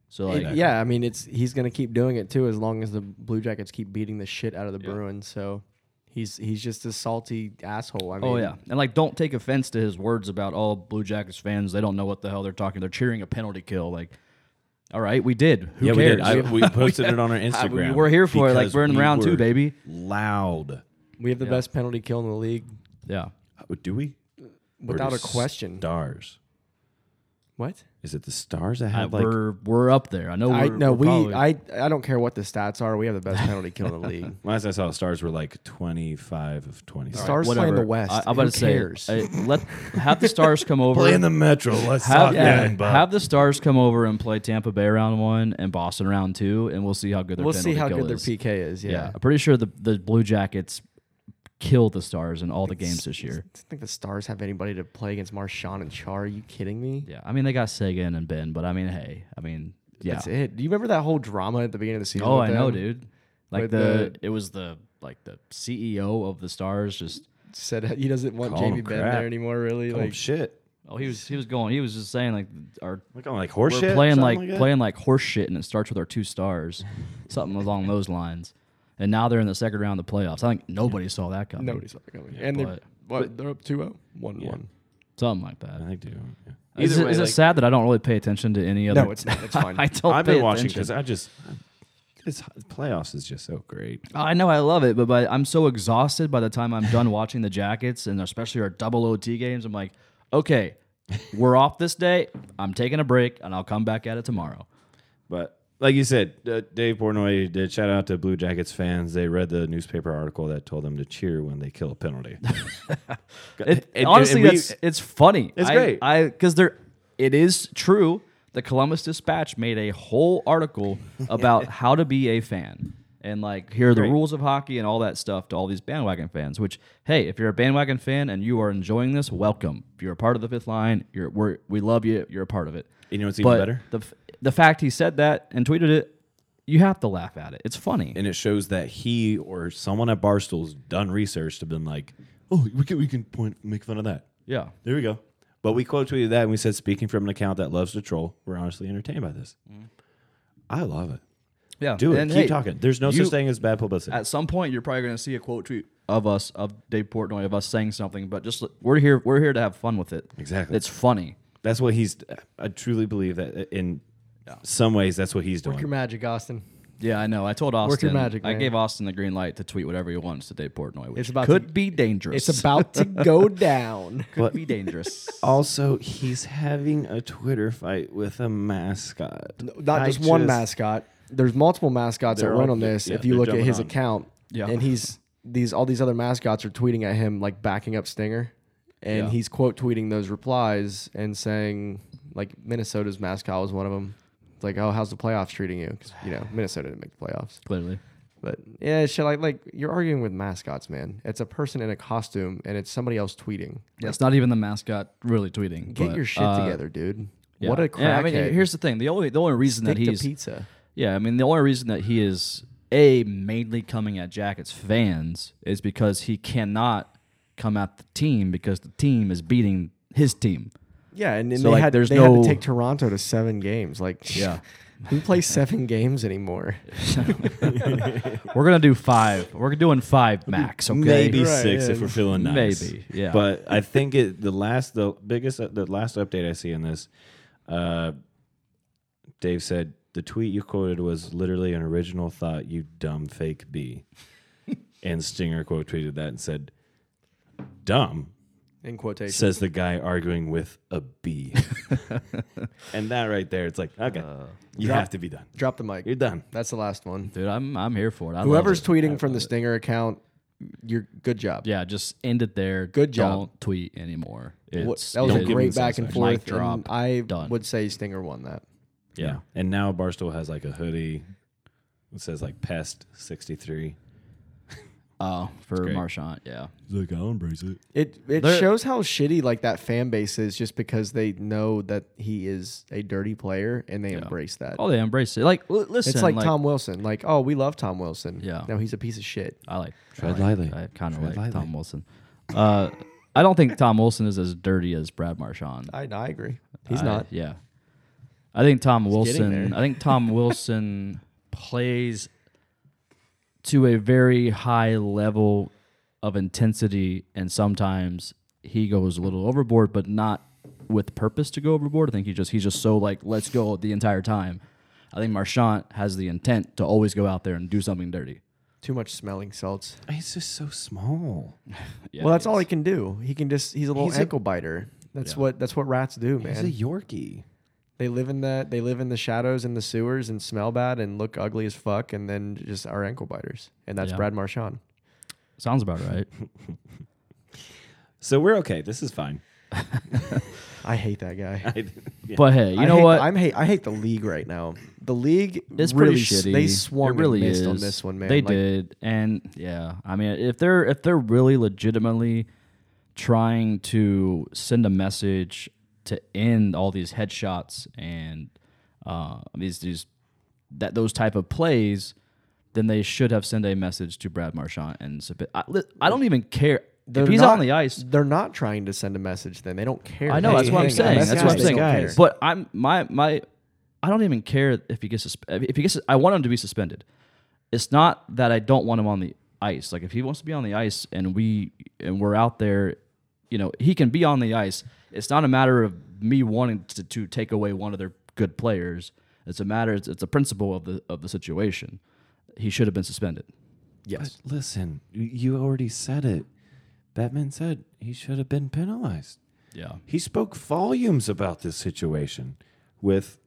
B: So like
D: yeah, I mean, it's he's gonna keep doing it too as long as the Blue Jackets keep beating the shit out of the Bruins. So he's he's just a salty asshole. I mean,
B: Oh yeah, and like don't take offense to his words about all Blue Jackets fans. They don't know what the hell they're talking. They're cheering a penalty kill. Like, all right, we did. Who
C: yeah,
B: cares?
C: we did.
B: <laughs>
C: I, we posted it on our
B: I- we
C: Instagram.
B: were here for it, like,
C: because
B: we're in
C: we
B: round two,
C: were
B: baby.
C: Loud.
D: we have the best penalty kill in the league
B: yeah.
C: Do we? Or
D: without
C: the
D: a question.
C: Stars.
D: What?
C: Is it the stars that
B: I-
C: have like?
B: we're we're up there. I know.
D: I
B: We're,
D: no,
B: we're
D: we
B: probably-
D: I I don't care what the stats are. We have the
B: <laughs>
D: best penalty kill in the league.
C: Last I saw, stars were like twenty-five of twenty.
D: Stars play in the West.
B: I, am
D: Who
B: about to
D: cares?
B: say, uh, let have the stars
C: <laughs>
B: come over.
C: Play in the Metro. Let's
B: have,
C: have,
B: yeah,
C: down, bud.
B: have the stars come over and play Tampa Bay round one and Boston round two, and we'll see how good their
D: We'll
B: penalty
D: see how
B: kill
D: good their
B: is.
D: PK is.
B: Yeah.
D: Yeah.
B: I'm pretty sure the the Blue Jackets killed the Stars in all the games this year.
D: I think the Stars have anybody to play against Marshawn and Char. Are you kidding me?
B: Yeah, I mean they got Sagan and Ben, but I mean hey, I mean yeah.
D: That's it. Do you remember that whole drama at the beginning of the season?
B: Oh,
D: with
B: I know,
D: them?
B: dude. Like
D: With
B: the,
D: the-
B: it was the like the CEO of the Stars just
D: Said he doesn't want
C: Calling
D: Jamie
C: him
D: Ben
C: crap.
D: there anymore. Really,
C: oh
D: like
C: shit!
B: oh he was he was going he was just saying like our
C: Like on like horse
B: we're
C: shit.
B: playing
C: something
B: like,
C: that?
B: playing like horse shit, and it starts with our two stars, something along those lines. And now they're in the second round of the playoffs. I think nobody saw that coming.
D: nobody saw it coming. and they're
B: but-
D: what, they're up 2-0. one one.
B: Something like
C: I
B: that.
C: think do. Yeah.
B: Is, it,
C: way,
B: is
C: like-
B: it sad that I don't really pay attention to any other?
D: No, it's
B: <laughs>
D: not. It's fine.
B: I don't.
C: I've
B: Oh,
C: been
B: pay
C: watching
B: attention.
C: because I just it's playoffs is just so great.
B: Oh, I know I love it, but by, I'm so exhausted by the time I'm done watching the Jackets and especially our double OT games. I'm like, okay, we're off this day. I'm taking a break and I'll come back at it tomorrow.
C: But like you said, uh, Dave Portnoy did shout out to Blue Jackets fans. They read the newspaper article that told them to cheer when they kill
B: <laughs>
C: a penalty.
B: It,
C: <laughs> And-
B: honestly,
C: and we-
B: that's it's funny.
C: It's
B: I-
C: great.
B: I because there, it is true. The Columbus Dispatch made a whole
C: <laughs>
B: article about how to be a fan and like here are the
C: Great.
B: rules of hockey and all that stuff to all these bandwagon fans. Which hey, if you're a bandwagon fan and you are enjoying this, welcome. If you're a part of the fifth line, you're we're, we love you. You're a part of it.
C: You know what's even
B: but
C: better?
B: the f- the fact he said that and tweeted it, you have to laugh at it. It's funny.
C: and it shows that he or someone at Barstool's done research to been like, oh, we can we can point make fun of that.
B: yeah.
C: There we go. But we quote tweeted that and we said, speaking from an account that loves to troll, we're honestly entertained by this. I love it.
B: Yeah.
C: Do it.
B: Mm. And,
C: Keep
B: hey,
C: talking. There's no
B: you-
C: such thing as bad publicity.
B: at some point you're probably going to see a quote tweet of us of Dave Portnoy of us saying something, but just we're here we're here to have fun with it.
C: Exactly.
B: It's funny.
C: that's what he's. I truly believe that uh, in some ways, that's what he's
D: Work your
C: doing.
D: magic, Austin.
B: Yeah, I know. I told Austin.
D: magic,
B: I
D: man.
B: gave Austin the green light to tweet whatever he wants to Dave Portnoy, which
D: It's about
B: could
D: to-
B: be dangerous.
D: It's about to <laughs> go down.
B: could be
D: <laughs>
B: dangerous.
C: Also, he's having a Twitter fight with a mascot.
D: Not
C: I
D: just, one mascot. There's multiple mascots that
C: They're
D: run
C: all-
D: on this.
C: yeah,
D: if you
C: they're
D: look at
C: jumping
D: his
C: on.
D: account,
B: Yeah.
D: and he's these all these other mascots are tweeting at him like backing up Stinger, and
B: Yeah.
D: he's quote tweeting those replies and saying like Minnesota's mascot was one of them. It's like, oh, how's the playoffs treating you? 'Cause, you know Minnesota didn't make the playoffs,
B: Clearly.
D: but yeah, shit. Like, like you're arguing with mascots, man. It's a person in a costume, and it's somebody else tweeting.
B: Yeah, it's not even the mascot really tweeting.
D: Get
B: but,
D: your shit
B: uh,
D: together, dude.
B: yeah.
D: What a crackhead.
B: Yeah, I mean, here's the thing. The only the only reason
D: Stick
B: that
D: to
B: he's
D: pizza.
B: Yeah, I mean the only reason that he is a mainly coming at Jackets fans is because he cannot come at the team because the team is beating his team.
D: Yeah, and, and
B: So,
D: they,
B: like,
D: had,
B: there's
D: they had
B: no-
D: to take Toronto to seven games. Like, <laughs>
B: Yeah.
D: who plays seven games anymore?
B: We're gonna do five. We're doing five max. Okay,
C: Maybe
D: Right,
C: six
D: yeah.
C: if we're feeling nice.
B: Maybe, yeah.
C: But I think it the last the biggest uh, the last update I see in this, uh, Dave said the tweet you quoted was literally an original thought. You dumb fake
D: <laughs>
C: bee, and Stinger quote tweeted that and said, "Dumb."
D: In quotation.
C: Says the guy arguing with a bee, <laughs> Uh, and that right there, it's like okay, you have to be done.
D: Drop the mic.
C: You're done.
D: That's the last one.
B: dude, I'm I'm here for it. I love
D: Whoever's
B: it.
D: tweeting from the Stinger account, you're good job.
B: yeah, just end it there.
D: Good job.
B: Don't tweet anymore.
D: Wha-
B: It's,
D: that was
C: don't
D: a
C: give
D: great
C: him
D: back and
C: satisfaction.
D: forth.
B: Mic drop.
D: and I
B: Done.
D: would say Stinger won that.
C: Yeah. And now Barstool has like a hoodie that says like Pest 63.
B: oh for
C: great.
B: Marchant. Yeah,
C: Look, I'll embrace it.
D: It it
B: There-
D: shows how shitty like that fan base is just because they know that he is a dirty player and they embrace that.
B: oh they embrace it. Like l- listen,
D: it's like, Tom Wilson. Like, oh, we love Tom Wilson.
B: Yeah.
D: Now he's a piece of shit.
B: I like I
C: Tread
B: like-
C: lightly.
B: I kind of
C: Tread
B: like
C: lightly.
B: Tom Wilson. Uh, I don't think Tom Wilson is as dirty as Brad Marchand.
D: I, I agree. He's
B: I-
D: not.
B: Yeah, I think Tom
D: getting
B: Wilson.
D: there.
B: I think
D: <laughs>
B: Tom Wilson plays to a very high level of intensity, and sometimes he goes a little overboard, but not with purpose to go overboard. I think he just he's just so like let's go the entire time. I think Marchant has the intent to always go out there and do something dirty.
D: Too much smelling salts.
C: He's just so small.
B: Yeah,
D: well, that's
B: it's-
D: all he can do. He can just he's a little
C: He's a-
D: ankle biter. That's what that's what rats do, man.
C: He's a Yorkie.
D: they live in the they live in the shadows in the sewers and smell bad and look ugly as fuck and then just are ankle biters. And that's
B: Yeah.
D: Brad Marchand.
B: sounds about
D: <laughs>
B: right.
C: So we're okay. This is fine.
D: I hate that guy.
C: I, <laughs> yeah.
B: But hey, <laughs> you
D: I
B: know
D: hate,
B: what?
D: I'm hate I hate the league right now. The league
B: it's
D: really
B: pretty
D: s-
B: shitty.
D: They swung
B: it really
D: and missed
B: is.
D: on this one, man.
B: They
D: Like,
B: did, and yeah, I mean, if they're if they're really legitimately trying to send a message to end all these headshots and uh, these these that those type of plays, then they should have sent a message to Brad Marchand and Sabit. I, li- I don't even care
D: they're
B: if he's
D: not-
B: on the ice.
D: They're not trying to send a message. Then they don't care.
B: I know
D: They
B: that's what I'm
D: hang on.
B: saying.
D: That's
B: That's what I'm
D: guys
B: saying.
D: don't
C: guys.
D: care.
B: But I'm my my. I don't even care if he gets susp- if he gets. I want him to be suspended. It's not that I don't want him on the ice. Like if he wants to be on the ice and we and we're out there, you know, he can be on the ice. It's not a matter of me wanting to, to take away one of their good players. It's a matter. It's, it's a principle of the of the situation. He should have been suspended.
C: But listen, you- you already said it. Batman said he should have been penalized.
B: Yeah.
C: He spoke volumes about this situation with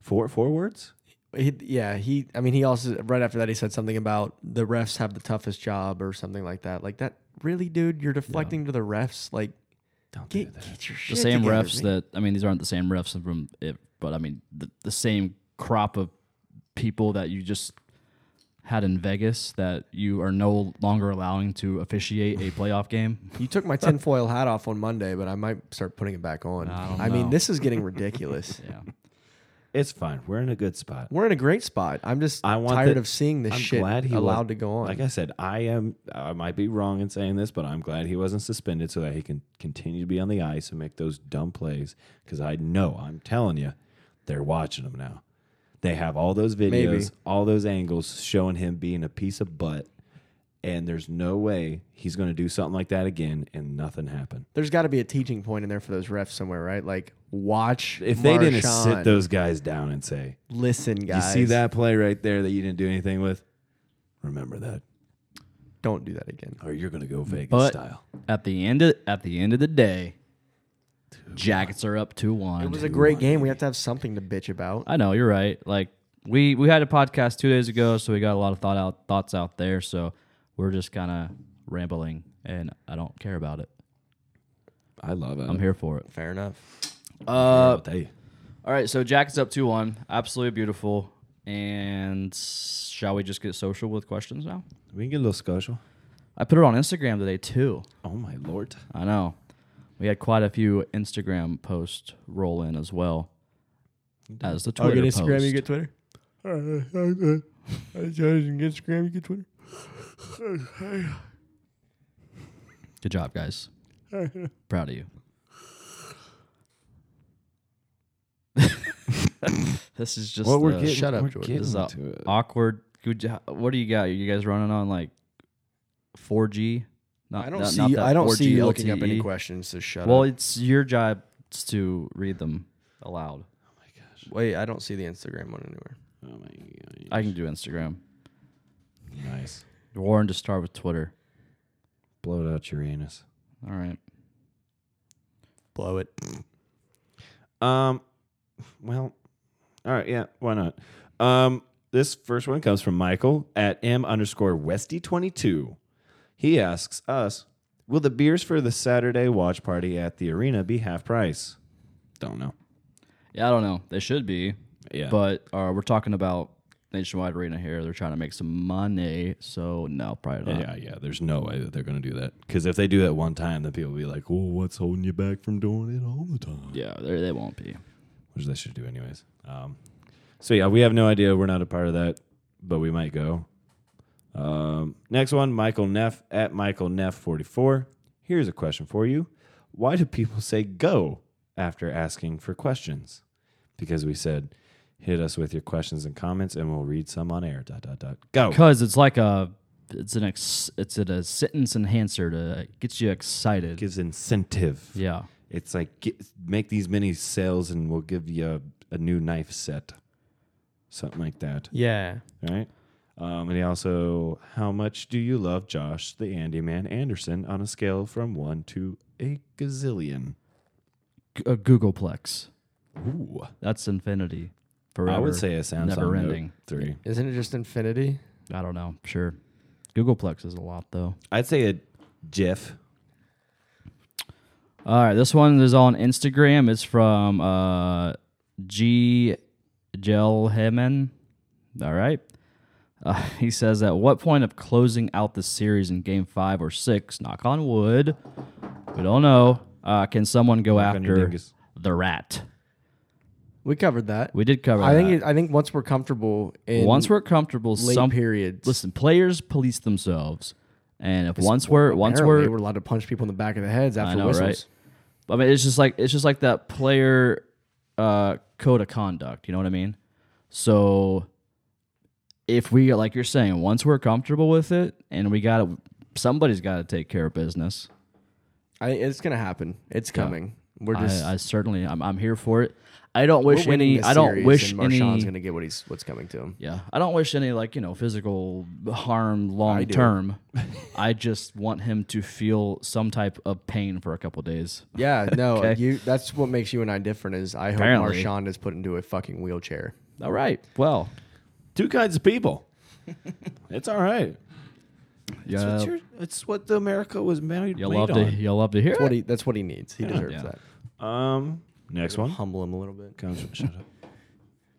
C: four four words.
D: He, yeah, he. I mean, he also right after that he said something about the refs have the toughest job or something like that. Like that, really, dude, you're deflecting to the refs. Like,
C: Don't do
D: get,
C: that.
D: get your
B: the
D: shit.
B: same
D: together,
B: refs
D: man.
B: that I mean these aren't the same refs from it, but I mean the, the same crop of people that you just had in Vegas that you are no longer allowing to officiate a playoff game.
C: <laughs>
D: you took my tinfoil hat off on Monday, but I might start putting it back on.
B: I don't
D: I, mean,
B: know.
D: this is
C: <laughs>
D: getting ridiculous.
B: Yeah.
C: It's fine. We're in a good spot.
D: We're in a great spot. I'm just
C: I want
D: tired
C: the-
D: of seeing this
C: I'm
D: shit
C: glad he was-
D: allowed to go on.
C: Like I said, I am. I might be wrong in saying this, but I'm glad he wasn't suspended so that he can continue to be on the ice and make those dumb plays. Because I know, I'm telling you, they're watching him now. They have all those videos,
D: Maybe.
C: all those angles showing him being a piece of butt, and there's no way he's going to do something like that again and nothing happen.
D: There's got to be a teaching point in there for those refs somewhere, right? Like, watch.
C: If they didn't
D: Marchand.
C: sit those guys down and say,
D: listen,
C: "You
D: guys,
C: see that play right there that you didn't do anything with," remember that,
D: Don't do that again.
C: or you're going to go Vegas
B: But
C: style.
B: <laughs> at the end of at the end of the day, Jackets are up two one.
D: It was a great game. We have to have something to bitch about.
B: I know you're right. Like we we had a podcast two days ago, so we got a lot of thought out thoughts out there. So We're just kind of rambling, and I don't care about it.
C: I love it.
B: I'm here for it.
D: Fair enough.
C: Uh, hey,
B: All right, so Jack is up 2 1. Absolutely beautiful. And shall we just get social with questions now?
C: we can get a little social.
B: I put it on Instagram today, too.
C: Oh my lord!
B: I know. We had quite a few Instagram posts roll in as well as
D: Oh,
B: the Twitter. post.
D: Twitter. I get Instagram, you get Twitter.
B: Good job, guys. Proud of you. <laughs> this is just
C: What we're
B: the-
C: getting-
D: shut up,
C: we're
D: Jordan.
B: this
C: getting
B: is a
C: to it.
B: awkward. Good job. What do you got? You guys running on like 4G? Not,
D: I don't
B: not-
D: see.
B: not that
D: I don't
B: 4G
D: see you looking up any
B: LTE.
D: questions. So shut
B: E. Well,
D: up.
B: it's your job to read them aloud.
D: Wait, I don't see the Instagram one anywhere.
C: Oh my god!
B: I can do Instagram.
C: Nice.
B: Warren to start with Twitter.
C: Blow it out your anus.
B: All right.
D: Blow it.
C: Um, well, all right, yeah, why not? Um, this first one comes from Michael at m underscore westy twenty two. He asks us, "Will the beers for the Saturday watch party at the arena be half price?" Don't know.
B: Yeah, I don't know. They should be.
C: Yeah.
B: But uh, we're talking about Nationwide Arena here. They're trying to make some money. So, no, probably not.
C: Yeah, yeah. There's no way that they're gonna do that because if they do that one time, then people will be like, "Well, what's holding you back from doing it all the time?"
B: Yeah, they they won't be.
C: Which they should do anyways. Um, so yeah, we have no idea. We're not a part of that, but we might go. Um, next one, Michael Neff at Michael Neff forty four. Here's a question for you: Why do people say "go" after asking for questions? Because we said, hit us with your questions and comments, and we'll read some on air. Dot dot dot. Go.
B: Because it's like a. It's an ex, it's a, a sentence enhancer to get you excited.
C: Gives incentive.
B: Yeah,
C: It's like get, make these many sales and we'll give you a, a new knife set, something like that.
D: Yeah.
C: All right. Um, and he also, how much do you love Josh the Andy Man Anderson on a scale from one to a gazillion?
B: G- a Googleplex.
C: Ooh,
B: That's infinity. Forever.
C: I would say a Samsung
B: never
C: Note
B: ending.
C: three.
D: Isn't it just infinity?
B: I don't know. Sure. Googleplex is a lot though.
C: I'd say a GIF.
B: All right, this one is on Instagram. It's from uh, G. Gelheman. All right. Uh, <laughs> he says, at what point of closing out the series in game five or six, knock on wood, we don't know, uh, can someone go
C: on your
B: after
C: dingus.
B: the rat?
D: We covered that.
B: We did cover
D: I think.
B: that.
D: It, I think once we're comfortable in
B: once we're comfortable,
D: late
B: some
D: periods.
B: Listen, players police themselves, and if once we're once
D: apparently
B: we're
D: we're allowed to punch people in the back of the heads after
B: I know,
D: whistles.
B: right? I mean, it's just like it's just like that player uh, code of conduct. You know what I mean? So if we like you're saying, once we're comfortable with it, and we got to somebody's got to take care of business.
D: I, it's gonna happen. It's coming. We're just.
B: I, I certainly, I'm, I'm here for it. I don't wish
D: we're winning
B: any.
D: this
B: I don't
D: series,
B: wish
D: and
B: any.
D: Marshawn's gonna get what he's what's coming to him.
B: Yeah, I don't wish any like you know physical harm long
D: do.
C: <laughs>
B: term. I just want him to feel some type of pain for a couple days. <laughs>
D: Yeah, no,
B: Okay.
D: you. That's what makes you and I different. Is I hope
B: Apparently.
D: Marshawn is put into a fucking wheelchair.
B: All right. Well,
C: Two kinds of people. it's all right.
B: yeah,
C: It's, your, it's what the America was made,
B: you'll
C: made
B: love to
C: on.
B: you'll love to hear
D: That's what
B: it.
D: he. That's what he needs. He deserves
B: Yeah.
D: that.
C: Um,
B: <laughs>
C: next one.
D: Humble him a little bit.
C: Comes from, shut up.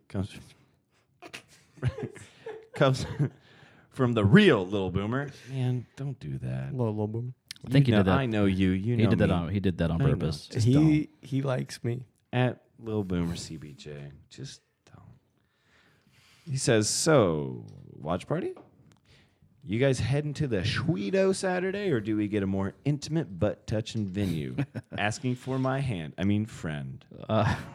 C: Comes <laughs> comes from the real little boomer. Man, don't do that.
D: Little, little boom.
B: I think he
C: You
B: did
C: know-
B: that.
C: I know you. You
B: He
C: know
B: did that
C: me.
B: on he did that on
C: I know.
B: purpose.
C: Just
D: he
C: don't.
D: he likes me.
C: at Lil Boomer CBJ. Just don't. He says, "So watch party." You guys heading to the Schwedo Saturday, or do we get a more intimate butt touching venue? Asking for my hand. I mean, friend.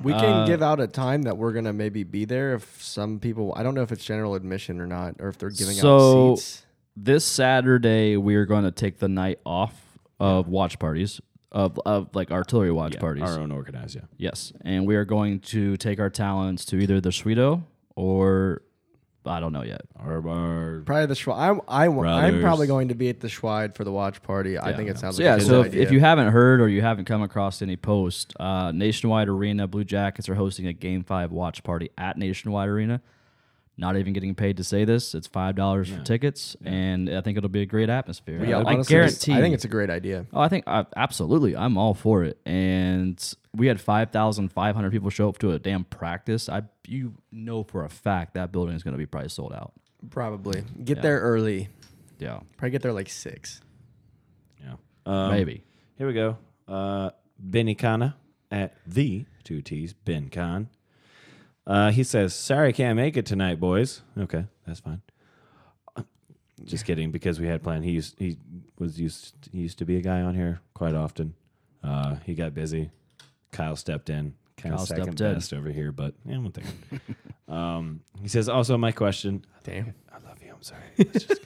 D: We can
B: Uh,
D: give out a time that we're gonna maybe be there if some people. I don't know if it's general admission or not, or if they're giving
B: So-
D: out seats.
B: This Saturday we are going to take the night off of watch parties of of like artillery watch parties.
C: Our own organized, yeah.
B: Yes, and we are going to take our talents to either the Suido or I don't know yet.
C: Our, our
D: Probably the Schwide. I, I, I'm
C: Brothers.
D: probably going to be at the Schwide for the watch party. I think it sounds
B: So
D: like
B: yeah,
D: a good
B: so if,
D: idea.
B: if you haven't heard or you haven't come across any post, uh, Nationwide Arena Blue Jackets are hosting a Game Five watch party at Nationwide Arena. Not even getting paid to say this. It's five dollars for tickets, and I think it'll be a great atmosphere.
D: Yeah,
B: I
D: honestly,
B: guarantee.
D: I think it's a great idea.
B: Oh, I think I, absolutely. I'm all for it. And we had 5,500 people show up to a damn practice. I you know for a fact that building is going to be probably sold out.
D: Probably get there early.
B: Yeah,
D: Probably get there like six.
C: Yeah. Um,
B: maybe.
C: Here we go. Uh, Benicana at the two T's, Ben Con. Uh, he says, Sorry, can't make it tonight, boys. Okay, that's fine. Uh, Just kidding, because we had planned. He used, he was used he used to be a guy on here quite often. Uh, he got busy. Kyle stepped in. Kind
B: Kyle
C: of second
B: stepped in.
C: best over here, but yeah, one thing. <laughs> um, he says, also my question.
D: Damn.
C: I love you. I'm sorry. Let's just-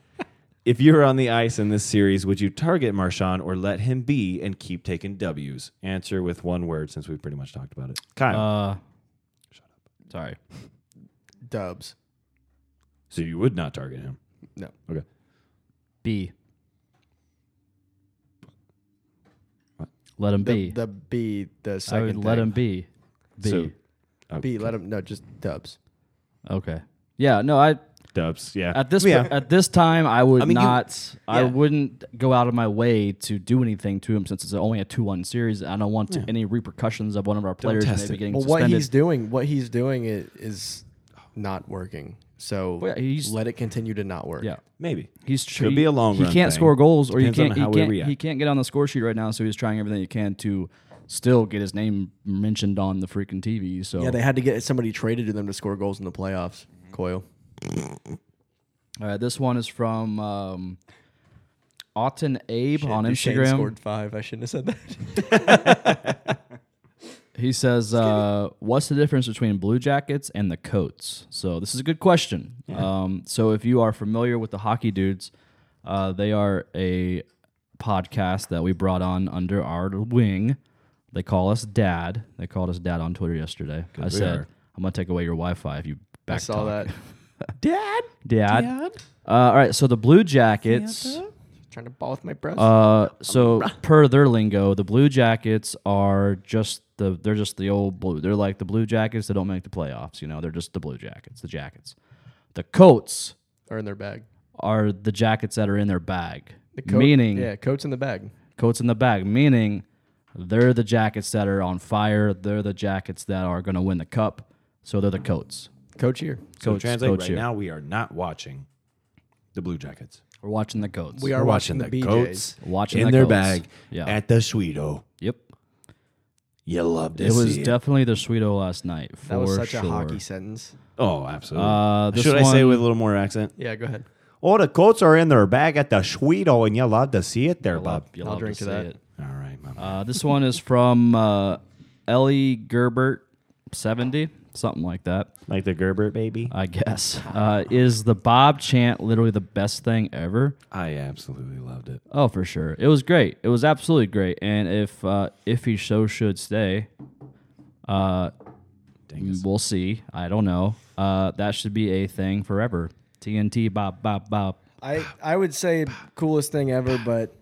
C: <laughs> if you were on the ice in this series, would you target Marshawn or let him be and keep taking W's? Answer with one word, since we've pretty much talked about it. Kyle.
B: Uh, Sorry.
D: Dubs.
C: so you would not target him.
D: No.
C: Okay.
B: B. Let him
D: The,
B: be.
D: the B. The
B: I
D: second.
B: would let
D: thing.
B: him be. B.
C: So
D: B. Let him. No, just dubs.
B: okay. Yeah. No. I
C: Dubs. Yeah.
B: at this
C: Yeah.
B: at this time I would
C: I mean, you-
B: not. I
C: yeah.
B: wouldn't go out of my way to do anything to him since it's only a two one series. I don't want any repercussions of one of our players
C: test
B: maybe
C: it.
B: getting
D: Well, what
B: suspended.
D: he's doing, what he's doing is, is not working. So
B: Well, yeah, he's-
D: let it continue to not work.
B: yeah.
C: Maybe.
B: He's tr-
C: Could be a long
B: He
C: run
B: can't
C: thing.
B: score goals, or
C: Depends
B: you
C: on
B: can't.
C: how we
B: he, can't
C: react.
B: he can't get on the score sheet right now, so he's trying everything he can to still get his name mentioned on the freaking TV. So
D: Yeah, they had to get somebody traded to them to score goals in the playoffs.
B: Mm-hmm.
D: Coil.
B: all right, this one is from um, Auten Abe on
D: Duchesne
B: Instagram.
D: scored five. I shouldn't have said that. <laughs>
B: He says, uh, "What's the difference between blue jackets and the coats?" So this is a good question. Um, so if you are familiar with the hockey dudes, uh, they are a podcast that we brought on under our wing. They call us Dad. They called us Dad on Twitter yesterday. I said,
C: are.
B: "I'm gonna take away your Wi-Fi if you back
D: I saw that.
C: Dad.
B: Dad. Uh, all right. So the blue jackets.
D: Trying to ball with my breast.
B: Uh, so
D: <laughs>
B: per their lingo, the Blue Jackets are just the they're just the old blue. They're like the Blue Jackets that don't make the playoffs. You know, they're just the Blue Jackets, the Jackets. The Coats
D: or in their bag.
B: are the Jackets that are in their bag,
D: The coat,
B: meaning
D: yeah, coats in the bag.
B: Coats in the bag, meaning they're the Jackets that are on fire. They're the Jackets that are going to win the cup. So they're the Coats.
D: Coach here.
C: So
B: Coach-
C: translate
B: coach
C: right
B: here.
C: now, we are not watching the Blue Jackets.
B: We're watching the Coats.
D: We are
C: We're
D: watching, the, BJs.
C: goats
B: Watching
C: in
B: the
C: their
B: goats.
C: bag
B: Yeah.
C: at the Sweeto.
B: Yep.
C: You loved to
B: It was
C: see
B: definitely the Sweeto last night. For
D: That was such
B: sure.
D: a hockey sentence.
C: Oh, absolutely.
B: Uh, this
C: Should I say
B: one-
C: with a little more accent?
D: Yeah, go ahead.
C: Oh, the Colts are in their bag at the Schwedo, and you love to see it there, Bob.
B: You'll
D: I'll
B: love
D: drink to
B: see
D: that.
B: it.
C: All right, my man.
B: Uh, this one is from uh, Ellie Gerbert, 70, something like that,
C: like the Gerber baby.
B: I guess. Uh, is the Bob chant literally the best thing ever?
C: I absolutely loved it.
B: Oh, for sure. It was great. It was absolutely great. And if uh, if he so should stay, uh, we'll see. I don't know. Uh, that should be a thing forever. TNT, Bob, Bob, Bob.
D: I, I would say coolest thing ever, but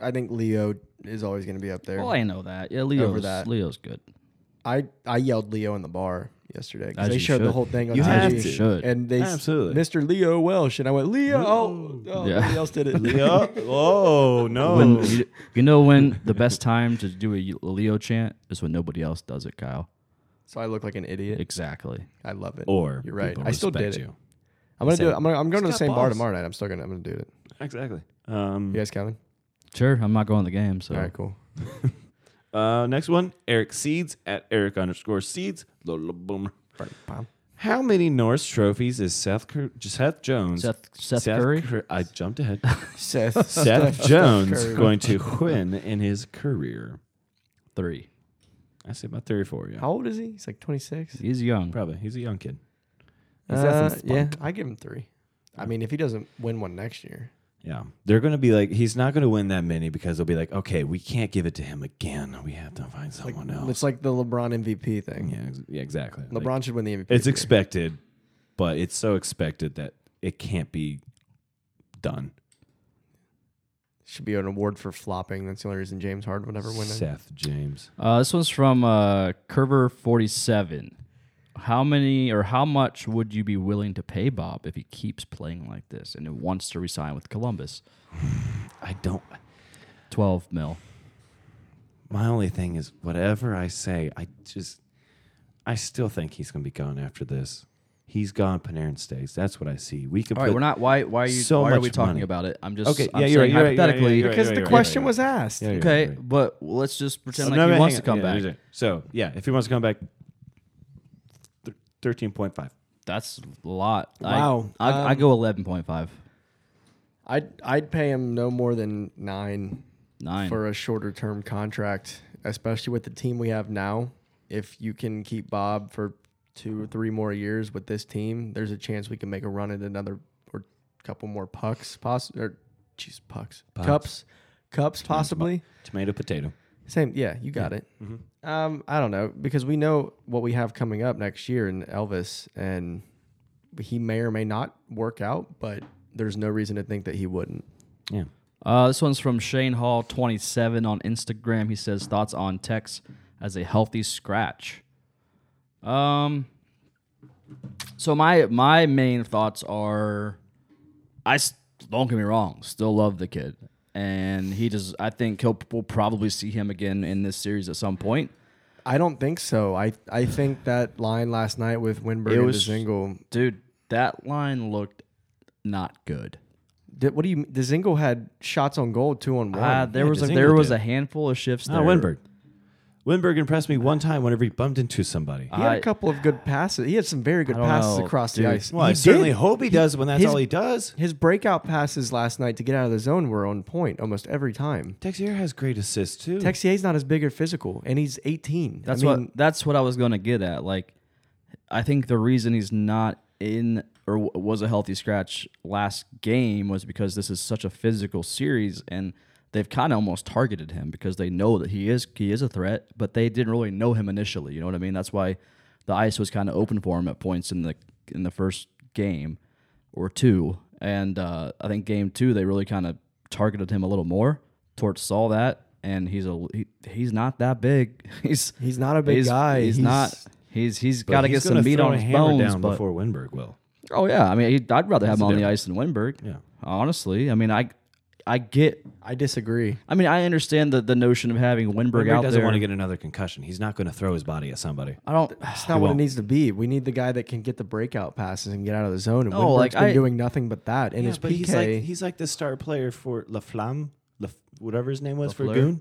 D: I think Leo is always going to be up there.
B: Well, I know that. Yeah, Leo's,
D: that.
B: Leo's good.
D: I, I yelled Leo in the bar yesterday because
B: As
D: they
B: you
D: showed the
B: should.
D: whole thing on
C: You
D: IG,
C: have to.
B: Should.
D: and they s-
C: Absolutely.
D: Mr. Leo Welsh, and I went Leo. Oh, oh,
B: Yeah.
D: nobody else did it.
C: oh, oh,
B: When-
C: no.
B: you, you know when the best time to do a Leo chant is when nobody else does it, Kyle.
D: <laughs> So I look like an idiot.
B: Exactly.
D: I love it.
C: Or
D: you're right.
C: people
D: I still
C: respect
D: did it.
C: you.
D: I'm gonna
C: Say
D: do
C: it.
D: it. I'm gonna, I'm going to the
C: He's
D: same
C: got
D: bar
C: balls.
D: tomorrow night. I'm still gonna I'm gonna do it.
C: Exactly. Um,
D: You guys coming?
B: Sure, I'm not going to the game, so
D: All right, cool.
C: uh, next one, Eric Seeds at Eric underscore Seeds. Lola boomer. How many Norse trophies is Seth Cur- Seth Jones?
B: Seth- Seth Curry?
C: Cur- I jumped ahead.
D: Seth.
C: Seth Jones
D: Curry.
C: going to win in his career.
B: three.
C: I say about 34, yeah.
D: How old is he? He's like 26.
B: He's young.
C: Probably. He's a young kid. He's got
D: Uh,
C: some
D: yeah,
C: spunk.
D: I give him three. I mean, if he doesn't win one next year,
C: Yeah. They're going to be like, he's not going to win that many because they'll be like, okay, we can't give it to him again. We have to find someone else.
D: it's like the LeBron MVP thing.
C: Oh. Yeah, ex- yeah, exactly. Like,
D: LeBron should win the MVP.
C: it's
D: every year.
C: expected, but it's so expected that it can't be done.
D: should be an award for flopping. That's the only reason James Harden would ever win it.
C: Seth James.
B: Uh, this one's from uh, Curver47. How many or how much would you be willing to pay Bob if he keeps playing like this and wants to resign with Columbus?
C: I don't.
B: Twelve mil.
C: My only thing is, whatever I say, I just, I still think he's going to be gone after this. He's gone. Panarin stays. That's what I see. We could.
B: All right,
C: put-
B: we're not. Why? Why are you?
C: so
B: why are we
C: much
B: talking
C: money.
B: about it? I'm just.
C: Okay,
B: I'm
C: yeah, you're right,
B: saying
C: you're right, you're right,
B: hypothetically.
C: you're right,
D: Because
C: you're
D: the
C: right,
D: question
C: you're right.
D: was asked.
C: Yeah, you're right,
B: Okay,
C: you're right.
B: but let's just pretend
C: No,
B: like
C: no,
B: he wants
C: hang
B: to come
C: on. Yeah,
B: back.
C: he's right. So yeah, if he wants to come back, th- thirteen point five.
B: That's a lot.
D: Wow. Um,
B: I, I, I go eleven point five.
D: I'd I'd pay him no more than nine,
B: Nine.
D: for a shorter term contract, especially with the team we have now. If you can keep Bob for two or three more years with this team, there's a chance we can make a run at another or couple more pucks, possibly or jeez, pucks, cups, cups, possibly.
C: Tomato potato.
D: Same, yeah, you got it.
B: Mm-hmm.
D: Um, I don't know because we know what we have coming up next year in Elvis, and he may or may not work out, but there's no reason to think that he wouldn't.
C: Yeah.
B: Uh, this one's from Shane Hall, 27 on Instagram. He says thoughts on Tex as a healthy scratch. Um, so my my main thoughts are, I s- don't get me wrong, still love the kid, and he does. I think he'll we'll probably see him again in this series at some point.
D: I don't think so. I
B: <sighs>
D: I think that line last night with Winberg
B: It
D: and
B: was-
D: Zingle.
B: Dude, that line looked not good.
D: Did, what do you? Zingle had shots on goal, two on one.
B: Uh, there
C: Yeah,
B: was a,
C: Dzingel
B: there was
C: did.
B: a handful of shifts.
C: Ah,
B: There.
C: Winberg. Winberg impressed me one time whenever he bumped into somebody.
D: he had
B: I-
D: a couple of good passes. He had some very good
B: don't
D: passes
B: know,
D: across
B: dude.
D: the ice.
C: well, I
D: he
C: certainly
D: did.
C: hope he does when that's
D: his-
C: all he does.
D: His breakout passes last night to get out of the zone were on point almost every time.
C: Texier has great assists too.
D: Texier's not as big or physical, and he's 18.
B: Hmm. That's
D: I mean,
B: what that's what I was gonna get at. Like, I think the reason he's not in or w- was a healthy scratch last game was because this is such a physical series, and they've kind of almost targeted him because they know that he is he is a threat, but they didn't really know him initially. You know what I mean? That's why the ice was kind of open for him at points in the in the first game or two, and uh, I think game two they really kind of targeted him a little more. Torch saw that. And he's a he, he's not that big. <laughs> He's
D: He's not a big
B: he's,
D: guy.
B: He's,
D: He's-
B: not. He's he's
C: But
B: got to
C: he's
B: get some
C: gonna
B: meat
C: throw
B: on
C: a
B: his
C: hammer
B: bones.
C: down
B: but,
C: before Winberg will.
B: oh yeah, I mean, he, I'd rather have him
C: the
B: on the
C: difference.
B: ice than Winberg.
C: Yeah.
B: honestly, I mean, I I get.
D: I disagree.
B: I mean, I understand the, the notion of having Winberg,
C: Winberg
B: out
C: doesn't
B: there.
C: want to get another concussion. He's not going to throw his body at somebody.
B: I don't. <sighs>
D: That's not what it
C: won't.
D: needs to be. We need the guy that can get the breakout passes and get out of the zone. And
B: No,
D: Winberg's
B: like,
D: been
B: I-
D: doing nothing but that. And his PK,
C: he's like he's like the star player for La Flamme, La, whatever his name was for
B: Lafleur?
C: Goon.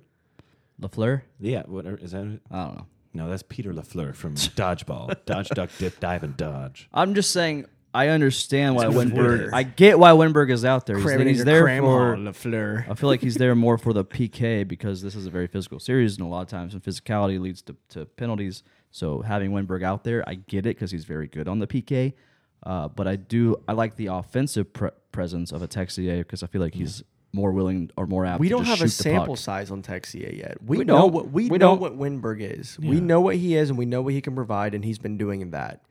B: Lafleur.
C: Yeah, whatever is that? it?
B: I don't know.
C: No, that's Peter Lafleur
B: <laughs>
C: from Dodgeball. Dodge, duck, dip, dive, and dodge.
B: I'm just saying. I understand why
C: It's
B: Winberg.
C: Lafleur.
B: I get why Winberg is out there. He's, he's there for.
D: Lafleur.
B: I feel like he's there more for the PK because this is a very physical series, and a lot of times, when physicality leads to, to penalties. So having Winberg out there, I get it because he's very good on the PK. Uh, but I do, I like the offensive pre- presence of a Texier because I feel like he's more willing or more apt.
D: We
B: to
D: don't
B: just
D: have a
B: shoot the puck.
D: sample size on Texier yet. We,
B: We
D: know
B: don't.
D: what we,
B: We
D: know
B: don't.
D: what Winberg is. We know what he is, and we know what he can provide, and he's been doing that.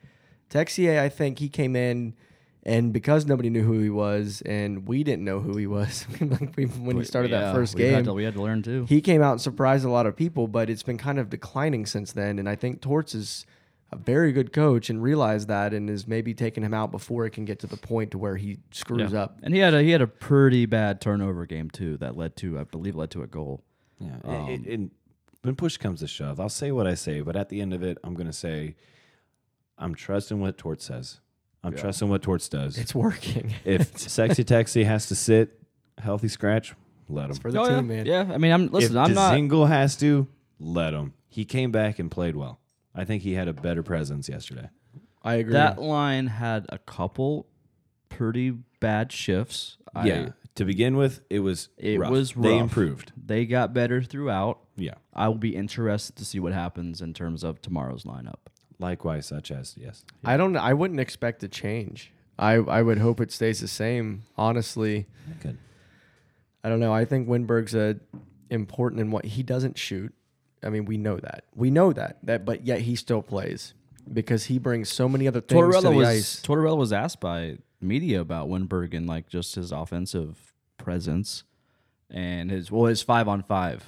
D: Texier, I think he came in, and because nobody knew who he was, and we didn't know who he was <laughs> like we, when he started
B: Yeah,
D: that first
B: we
D: game,
B: had to, we had to learn too.
D: he came out and surprised a lot of people, but it's been kind of declining since then. And I think Torts is a very good coach and realized that, and is maybe taking him out before it can get to the point to where he screws up.
B: and he had a he had a pretty bad turnover game too that led to, I believe, led to a goal.
C: Yeah.
B: Um,
C: and- and- and when push comes to shove, I'll say what I say, but at the end of it, I'm going to say, I'm trusting what Torts says. I'm trusting what Torts does.
D: It's working. <laughs>
B: <laughs>
C: if Sexy Taxi has to sit, healthy scratch, let him.
D: for the team, man.
B: Oh, yeah. I mean, I'm listen.
C: if
B: I'm not.
C: Dzingel has to, let him. He came back and played well. I think he had a better presence yesterday.
D: I agree.
B: That line had a couple pretty bad shifts. I-
C: yeah. To begin with, it was
B: It
C: rough.
B: was
C: They
B: rough.
C: improved.
B: they got better throughout.
C: Yeah.
B: I will be interested to see what happens in terms of tomorrow's lineup.
C: Likewise, such as yes.
D: I don't. I wouldn't expect a change. I I would hope it stays the same. Honestly,
C: Good.
D: I don't know. I think Winberg's a important in what he doesn't shoot. I mean, we know that. We know that. That, but yet he still plays because he brings so many other things to
B: Tortorella
D: the
B: was
D: ice.
B: Tortorella was asked by media about Winberg and like just his offensive presence and his well his five on five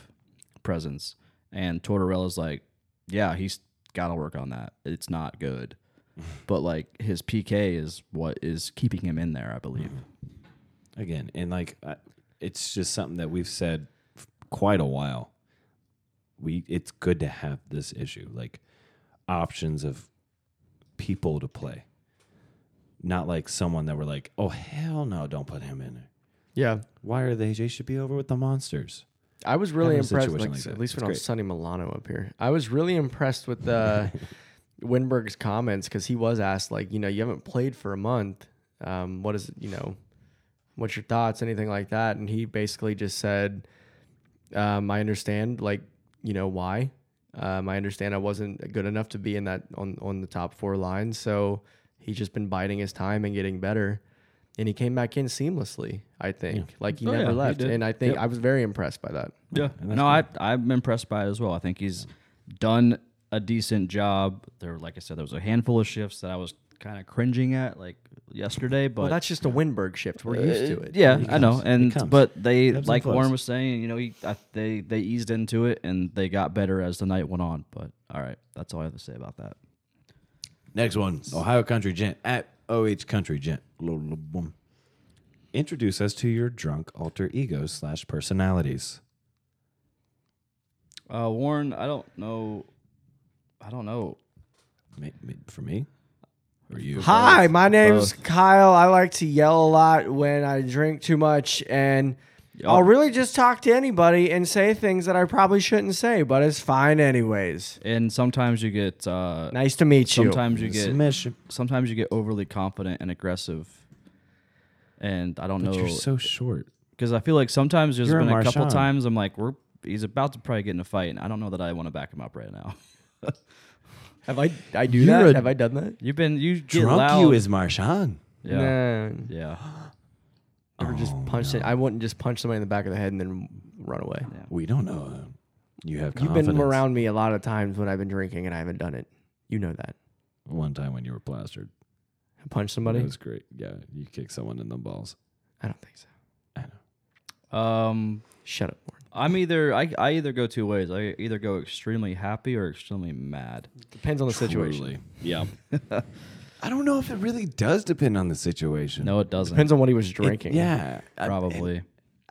B: presence. And Tortorella's like, yeah, he's got to work on that. It's not good. but like his PK is what is keeping him in there, I believe.
C: again and like I, it's just something that we've said f- quite a while we it's good to have this issue like options of people to play not like someone that we're like oh hell no don't put him in there
D: Yeah,
C: why are they they should be over with the monsters
D: I was
C: Having
D: really
C: a
D: impressed.
C: situation
D: Like,
C: like that.
D: at least
C: It's
D: when I was
C: great.
D: Sonny Milano up here, I was really impressed
C: <laughs>
D: with uh, Winberg's comments because he was asked, like, you know, you haven't played for a month. Um, what is, you know, what's your thoughts, anything like that? And he basically just said, um, I understand, like, you know, why. Um, I understand I wasn't good enough to be in that on on the top four line, so he's just been biding his time and getting better. And he came back in seamlessly, I think. Like he
B: Oh, yeah,
D: never
B: he
D: left,
B: did.
D: and I think I was very impressed by that.
B: Yeah. No, I I'm impressed by it as well. I think he's done a decent job. There, like I said, there was a handful of shifts that I was kind of cringing at, like yesterday. But
D: Well, that's just a Winberg shift. We're used to
B: Uh,
D: it.
B: Yeah, I know,
C: comes. It
B: and
C: comes.
B: but they
C: and
B: like
C: flows.
B: Warren was saying, you know, he, I, they they eased into it and they got better as the night went on. But all right, that's all I have to say about that.
C: next one ohio country gent at oh country gent Lo- lo- boom. introduce us to your drunk alter egos slash personalities
B: Uh, Warren, I don't know, I don't know.
C: Ma- ma- for me or you
D: Hi, my name's Kyle. I like to yell a lot when I drink too much, and I'll really just talk to anybody and say things that I probably shouldn't say, but it's fine anyways.
B: And sometimes you get, uh,
D: Nice to meet you.
B: sometimes you get,
C: Submission.
B: sometimes you get overly confident and aggressive. And I don't
C: But
B: know
C: you're so short.
B: because I feel like sometimes there's
C: You're a
B: been a couple
C: Marshawn.
B: times I'm like, we're he's about to probably get in a fight, and I don't know that I want to back him up right now.
D: Have I? I do
C: You're
D: that.
C: a
D: Have I done that?
B: You've been you get
C: Drunk
B: loud.
C: you is Marshawn.
B: yeah.
D: No.
B: Yeah.
D: Or just
C: Oh,
D: punch it. I wouldn't just punch somebody in the back of the head and then run away.
C: We don't know him. You have
D: You've
C: confidence.
D: been around me a lot of times when I've been drinking and I haven't done it. You know that.
C: one time when you were plastered.
D: Punch somebody?
C: That was great. Yeah, you kicked someone in the balls.
D: I don't think so.
B: Um,
D: Shut up, Warren.
B: I'm either I, I either go two ways. I either go extremely happy or extremely mad.
D: Depends on the situation.
C: Truly. Yeah. <laughs> I don't know if it really does depend on the situation.
B: No, it doesn't.
D: Depends on what he was
C: It-
D: drinking.
C: yeah. I-
B: probably.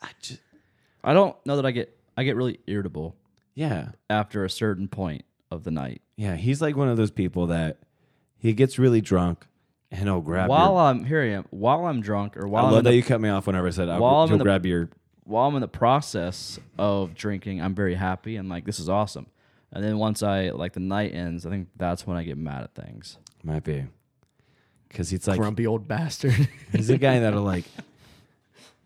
C: I just,
B: I don't know that I get I get really irritable
C: yeah.
B: after a certain point of the night.
C: Yeah. He's like one of those people that he gets really drunk and he'll grab
B: While
C: your.
B: I'm here, I am while I'm drunk or
C: I
B: while I'm in
C: love that
B: the,
C: you cut me off whenever I said I'll,
B: While I'm
C: he'll
B: in the-
C: grab your.
B: while I'm in the process of drinking, I'm very happy and like this is awesome. And then once I like the night ends, I think that's when I get mad at things.
C: Might be. Because he's like,
D: Grumpy old bastard.
C: He's the guy that'll like.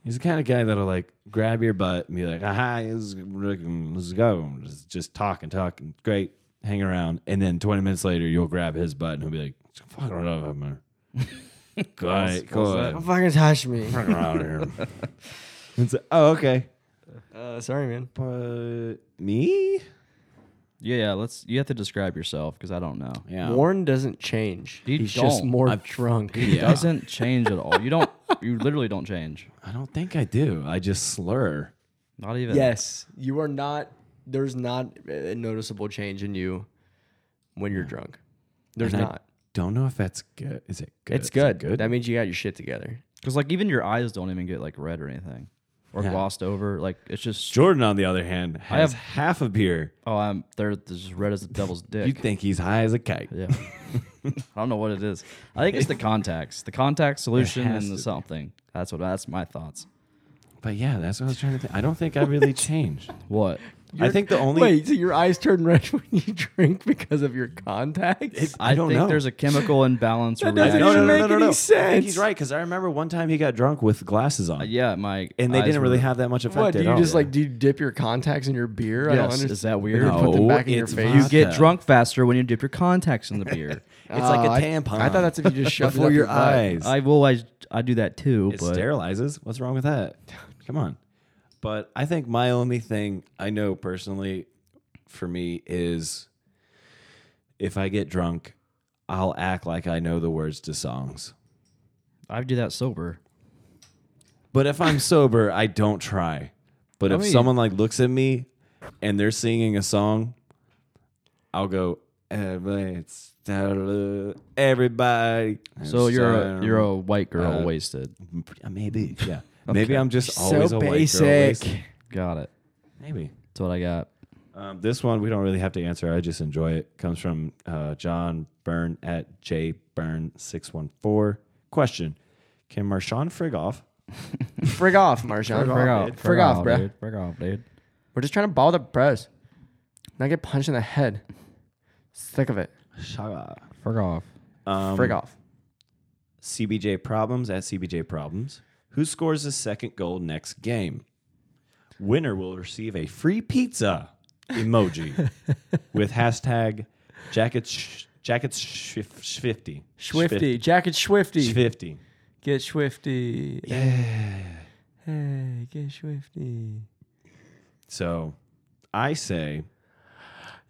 C: He's the kind of guy that'll like grab your butt and be like, "Aha, let's, let's go, just, just talk and talk and great, hang around." And then twenty minutes later, you'll grab his butt and he'll be like, "Fuck it up, man. Go ahead, go ahead,
D: fucking touch me.
C: fuck around here." It's like, oh, okay,
D: Uh, sorry, man.
C: but me,
B: Yeah, yeah. Let's you have to describe yourself because I don't know.
C: yeah,
D: Warren doesn't change.
B: He
D: He's just
B: don't.
D: more
C: I've- <laughs>
D: drunk.
C: Yeah.
B: Doesn't change at all. You don't. You literally don't change.
C: I don't think I do. I just slur.
B: Not even.
D: <laughs> Yes, you are not. There's not a noticeable change in you when you're drunk. There's
C: And I
D: not.
C: Don't know if that's good. Is it good?
D: It's
C: Is it
D: good. That means you got your shit together.
B: Because like even your eyes don't even get like red or anything, or
C: Yeah.
B: glossed over. Like it's just
C: Jordan, on the other hand, has
B: have-
C: half a beer.
B: oh I'm they're just red as the devil's dick.
C: <laughs> You think he's high as a kite?
B: yeah. I don't know what it is. I think it's the contacts, the contact solution,
C: has
B: and
C: to
B: the
C: be.
B: something. That's what. That's my thoughts.
C: But yeah, that's what I was trying to think. I don't think I
D: <laughs>
C: really changed.
B: What?
C: I think the only
D: Wait, so your eyes turn red <laughs> when you drink because of your contacts?
B: I,
C: don't
B: think
C: know.
B: there's a chemical
C: <laughs>
B: imbalance. that
D: doesn't even make any
C: I think he's
D: sense. Uh,
C: right because I remember one time he got drunk with glasses on,
B: Yeah, my
C: and they
B: eyes
C: didn't really
B: were-
C: have that much effect
D: what do
C: at
D: you
C: all.
D: just like? Do you dip your contacts in your beer? I don't
B: Yes,
D: understand.
B: is that weird?
D: put
C: No,
D: them back in your
C: it's
D: face.
C: vodka.
B: You get
C: Yeah.
B: drunk faster when you dip your contacts in the
C: <laughs>
B: beer.
C: It's like a
D: Oh, I-
C: tampon.
D: I thought that's if
C: <laughs>
D: you just shoved it
C: before
D: up
C: your
D: your butt.
C: eyes.
B: I will. I I do that too.
C: it
B: but
C: sterilizes. What's wrong
B: <laughs>
C: with that? Come on. But I think my only thing I know personally for me is if I get drunk, I'll act like I know the words to songs.
B: I do that sober.
C: But if
B: <laughs>
C: I'm sober, I don't try. But if
B: mean-
C: someone like looks at me and they're singing a song, I'll go, Everybody's- everybody.
B: So you're a, you're a white girl
C: uh,
B: wasted.
C: <laughs> maybe
B: <laughs>
C: yeah. Maybe I'm just
D: So
C: always a white girl.
D: basic.
C: wasted.
B: Got it.
C: Maybe.
B: That's what I got.
C: Um, this one we don't really have to answer. I just enjoy it. Comes from uh, John Byrne at J Byrne six one four. Question: Can Marshawn frig off?
D: Frig off, Marshawn. Frig
B: off,
D: off, Frig off, bro.
B: dude. Frig off, dude.
D: We're just trying to ball the press. Not get punched in the head. Sick of it.
B: Frig off.
C: Um,
D: Frig off.
C: CBJ problems at CBJ problems. Who scores the second goal next game? Winner will receive a free pizza emoji with hashtag jackets sh- jackets shif- shifty
D: Swifty. Jacket Swifty.
C: shifty.
D: Get Swifty. Yeah. Hey, get Swifty.
C: So I say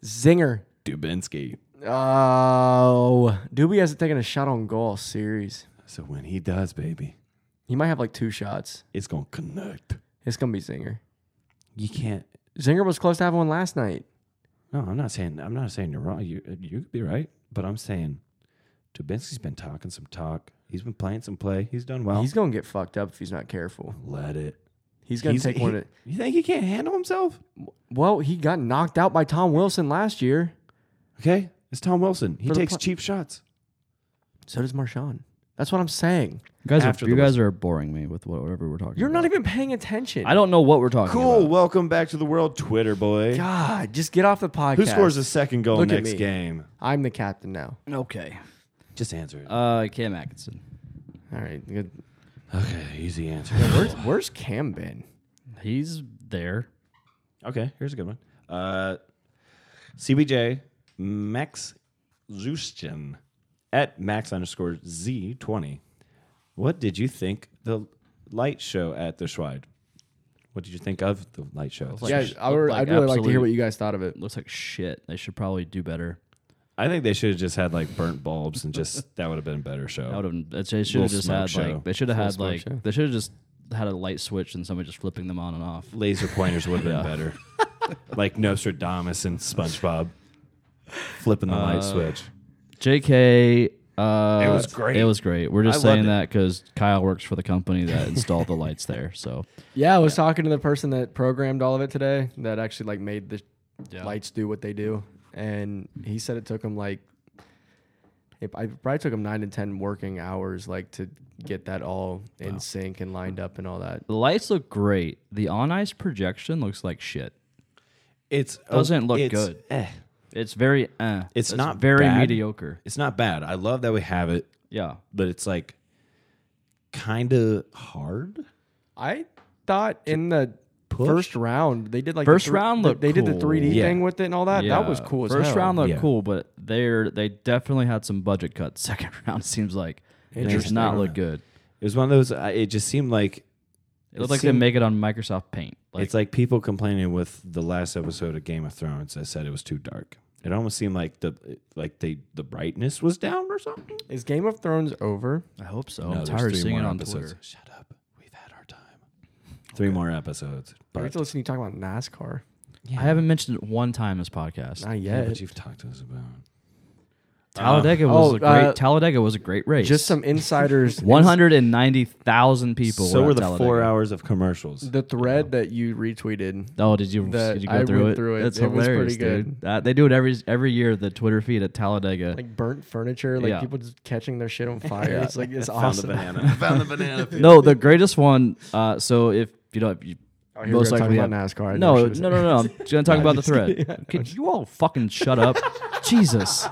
D: Zinger.
C: Dubinsky.
D: Oh, Doobie hasn't taken a shot on goal series.
C: So when he does, baby,
D: He might have like two shots.
C: it's gonna connect.
D: It's gonna be Zinger.
C: You can't.
D: Zinger was close to having one last night.
C: No, I'm not saying. I'm not saying you're wrong. You you could be right, but I'm saying Dubinsky's been talking some talk. He's been playing some play. He's done well.
D: He's gonna get fucked up if he's not careful.
C: Let it.
D: He's gonna
C: He's-
D: take
C: he-
D: one. Of,
C: You think he can't handle himself?
D: well, he got knocked out by Tom Wilson last year.
C: Okay, it's Tom Wilson. He
D: For the
C: takes
D: pl-
C: cheap shots.
D: So does Marshawn. That's what I'm saying.
B: You guys,
C: After
B: are, you
C: the
B: guys are boring me with what- whatever we're talking.
D: You're
B: about.
D: not even paying attention.
B: I don't know what we're talking
C: Cool.
B: about.
C: Welcome back to the world, Twitter boy.
D: God, just get off the podcast.
C: Who scores the second goal
D: Look at
C: next
D: me.
C: game?
D: I'm the captain now.
B: Okay.
C: Just answer it.
B: Uh, Cam Atkinson.
D: All right. Good.
C: okay, easy answer.
D: Where's, where's Cam been?
B: He's there.
C: okay, here's a good one. Uh, CBJ Max Zushin at Max underscore Z twenty. What did you think the light show at the Schweid? What did you think of the light show? At the
D: Yeah,
C: Schweid?
D: I would,
B: like
D: I'd really like to hear
B: absolute-
D: what you guys thought of it.
B: Looks like shit. They should probably do better.
C: I think they should have just had like burnt bulbs and just that would have been a better show.
B: That would have. They should
C: Little
B: have just
C: smoke
B: had
C: show.
B: like. They should have had
D: smoke
B: like.
D: show.
B: They should have just had a light switch and somebody just flipping them on and off.
C: Laser pointers would have been better. <laughs> like Nostradamus and SpongeBob flipping the
B: Uh,
C: light switch.
B: Jk. Uh,
C: It was great.
B: It was great. We're just
C: I loved
B: saying
C: it.
B: that because Kyle works for the company that installed the lights there. So
D: Yeah, I was talking to the person that programmed all of it today that actually like made the lights do what they do. And he said it took him like it I probably took him nine to ten working hours like to get that all in sync and lined up and all that.
B: the lights look great. The on ice projection looks like shit.
C: It's
B: Doesn't look
C: it's-
B: good.
C: eh.
B: It's very. Uh,
C: It's not
B: very
C: bad.
B: mediocre.
C: It's not bad. I love that we have it,
B: Yeah.
C: but it's like kind of hard.
D: I thought in the first round they did like the
B: First
D: thr-
B: round
D: the-
B: looked
D: they did the
B: cool.
D: 3D
C: Yeah.
D: thing with it and all that. That was
B: Yeah.
D: cool as
B: First
D: hell.
B: round looked
C: Yeah.
B: cool, but they're they definitely had some budget cuts. <laughs> Second round seems like it does
C: Interesting.
B: not look good.
C: It was one of those. I- It just seemed like
B: It looked like
C: seemed-
B: they make it on Microsoft Paint. Like,
C: it's like people complaining with the last episode of Game of Thrones that said it was too dark. It almost seemed like the like they the brightness was down or something.
D: Is Game of Thrones over?
B: I hope so.
C: No,
B: Oh, I'm
C: there's
B: tired of
C: three
B: seeing it
C: more
B: on
C: episodes.
B: Twitter.
C: Shut up. We've had our time. Three more episodes.
D: I
C: But,
D: get to listen to you talk about NASCAR.
B: I haven't mentioned it one time in this podcast.
D: Not
C: yeah,
D: yet.
C: but you've talked to us about.
B: Talladega was
D: Oh,
B: a great
D: uh,
B: Talladega was a great race.
D: Just
B: <laughs>
D: some insiders.
B: one hundred and ninety thousand people.
C: So
B: were,
C: were
B: at
C: the
B: Talladega.
C: four hours of commercials.
D: The thread that you retweeted
B: Oh, did you
D: The-
B: did you
D: I
B: go through
D: went
B: it?
D: through it.
B: It's
D: It was
B: hilarious,
D: pretty good.
B: dude. That- they do it every every year. The Twitter feed at Talladega.
D: like burnt furniture, like
B: Yeah.
D: people just catching
B: <laughs>
D: their shit on fire. It's like it's
C: Found the
D: awesome.
C: banana. Found the banana.
B: no, the greatest one. Uh, so if you know, if you
D: Oh, here we're gonna talk about NASCAR. I
B: No,
D: never should've
B: no, no, no,
D: <laughs>
B: no. I'm just gonna talk about the thread. Could you all fucking shut up? Jesus.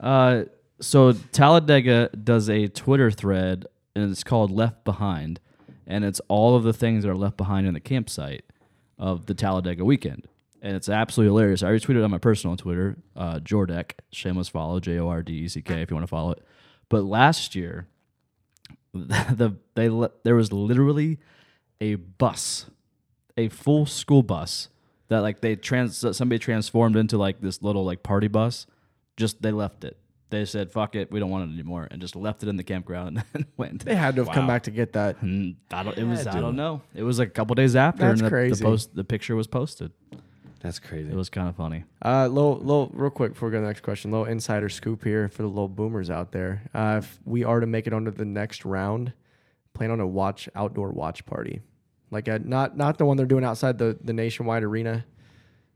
B: Uh, so Talladega does a Twitter thread, and it's called Left Behind, and it's all of the things that are left behind in the campsite of the Talladega weekend, and it's absolutely hilarious. I retweeted it on my personal Twitter, uh, Jordeck, shameless follow, J O R D E C K, if you want to follow it. But last year, the they li- there was literally a bus, a full school bus that like they trans somebody transformed into like this little like party bus. Just they left it. They said fuck it, we don't want it anymore, and just left it in the campground and <laughs> went.
D: They had to have come back to get that.
B: And I don't, it was I don't know. It was like a couple days after,
D: That's
B: and the,
D: crazy.
B: the post the picture was posted.
C: That's crazy.
B: It was kind of funny.
D: Uh, little, little, real quick before we go to the next question, little insider scoop here for the little boomers out there. Uh, if we are to make it onto the next round, plan on a watch outdoor watch party, like a, not not the one they're doing outside the, the nationwide arena,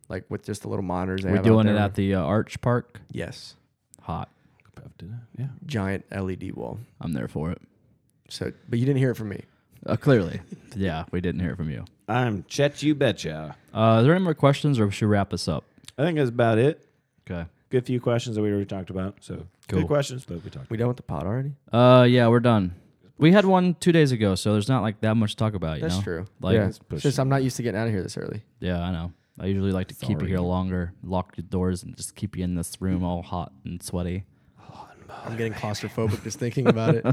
D: like with just the little monitors. They
B: We're
D: have
B: doing
D: out
B: it
D: there.
B: at the uh, Arch Park.
D: yes,
B: Hot.
C: yeah.
D: giant LED wall.
B: I'm there for it.
D: So, but you didn't hear it from me.
B: Uh, clearly, <laughs> yeah, we didn't hear from you.
C: I'm Chet. You betcha.
B: Uh, are there any more questions, or should we wrap this up?
C: I think that's about it.
B: Okay.
C: Good few questions that we already talked about. So
B: Cool.
C: good questions, but we talked.
D: We done with the pod already?
B: Uh, yeah, we're done. We had one two days ago, so there's not like that much to talk about. You
D: That's
B: know?
D: true.
B: Like,
D: yeah,
B: yeah.
D: it's just I'm not used to getting out of here this early.
B: I know. I usually like to keep you here longer, lock your doors, and just keep you in this room all hot and sweaty.
D: I'm getting claustrophobic just thinking about it.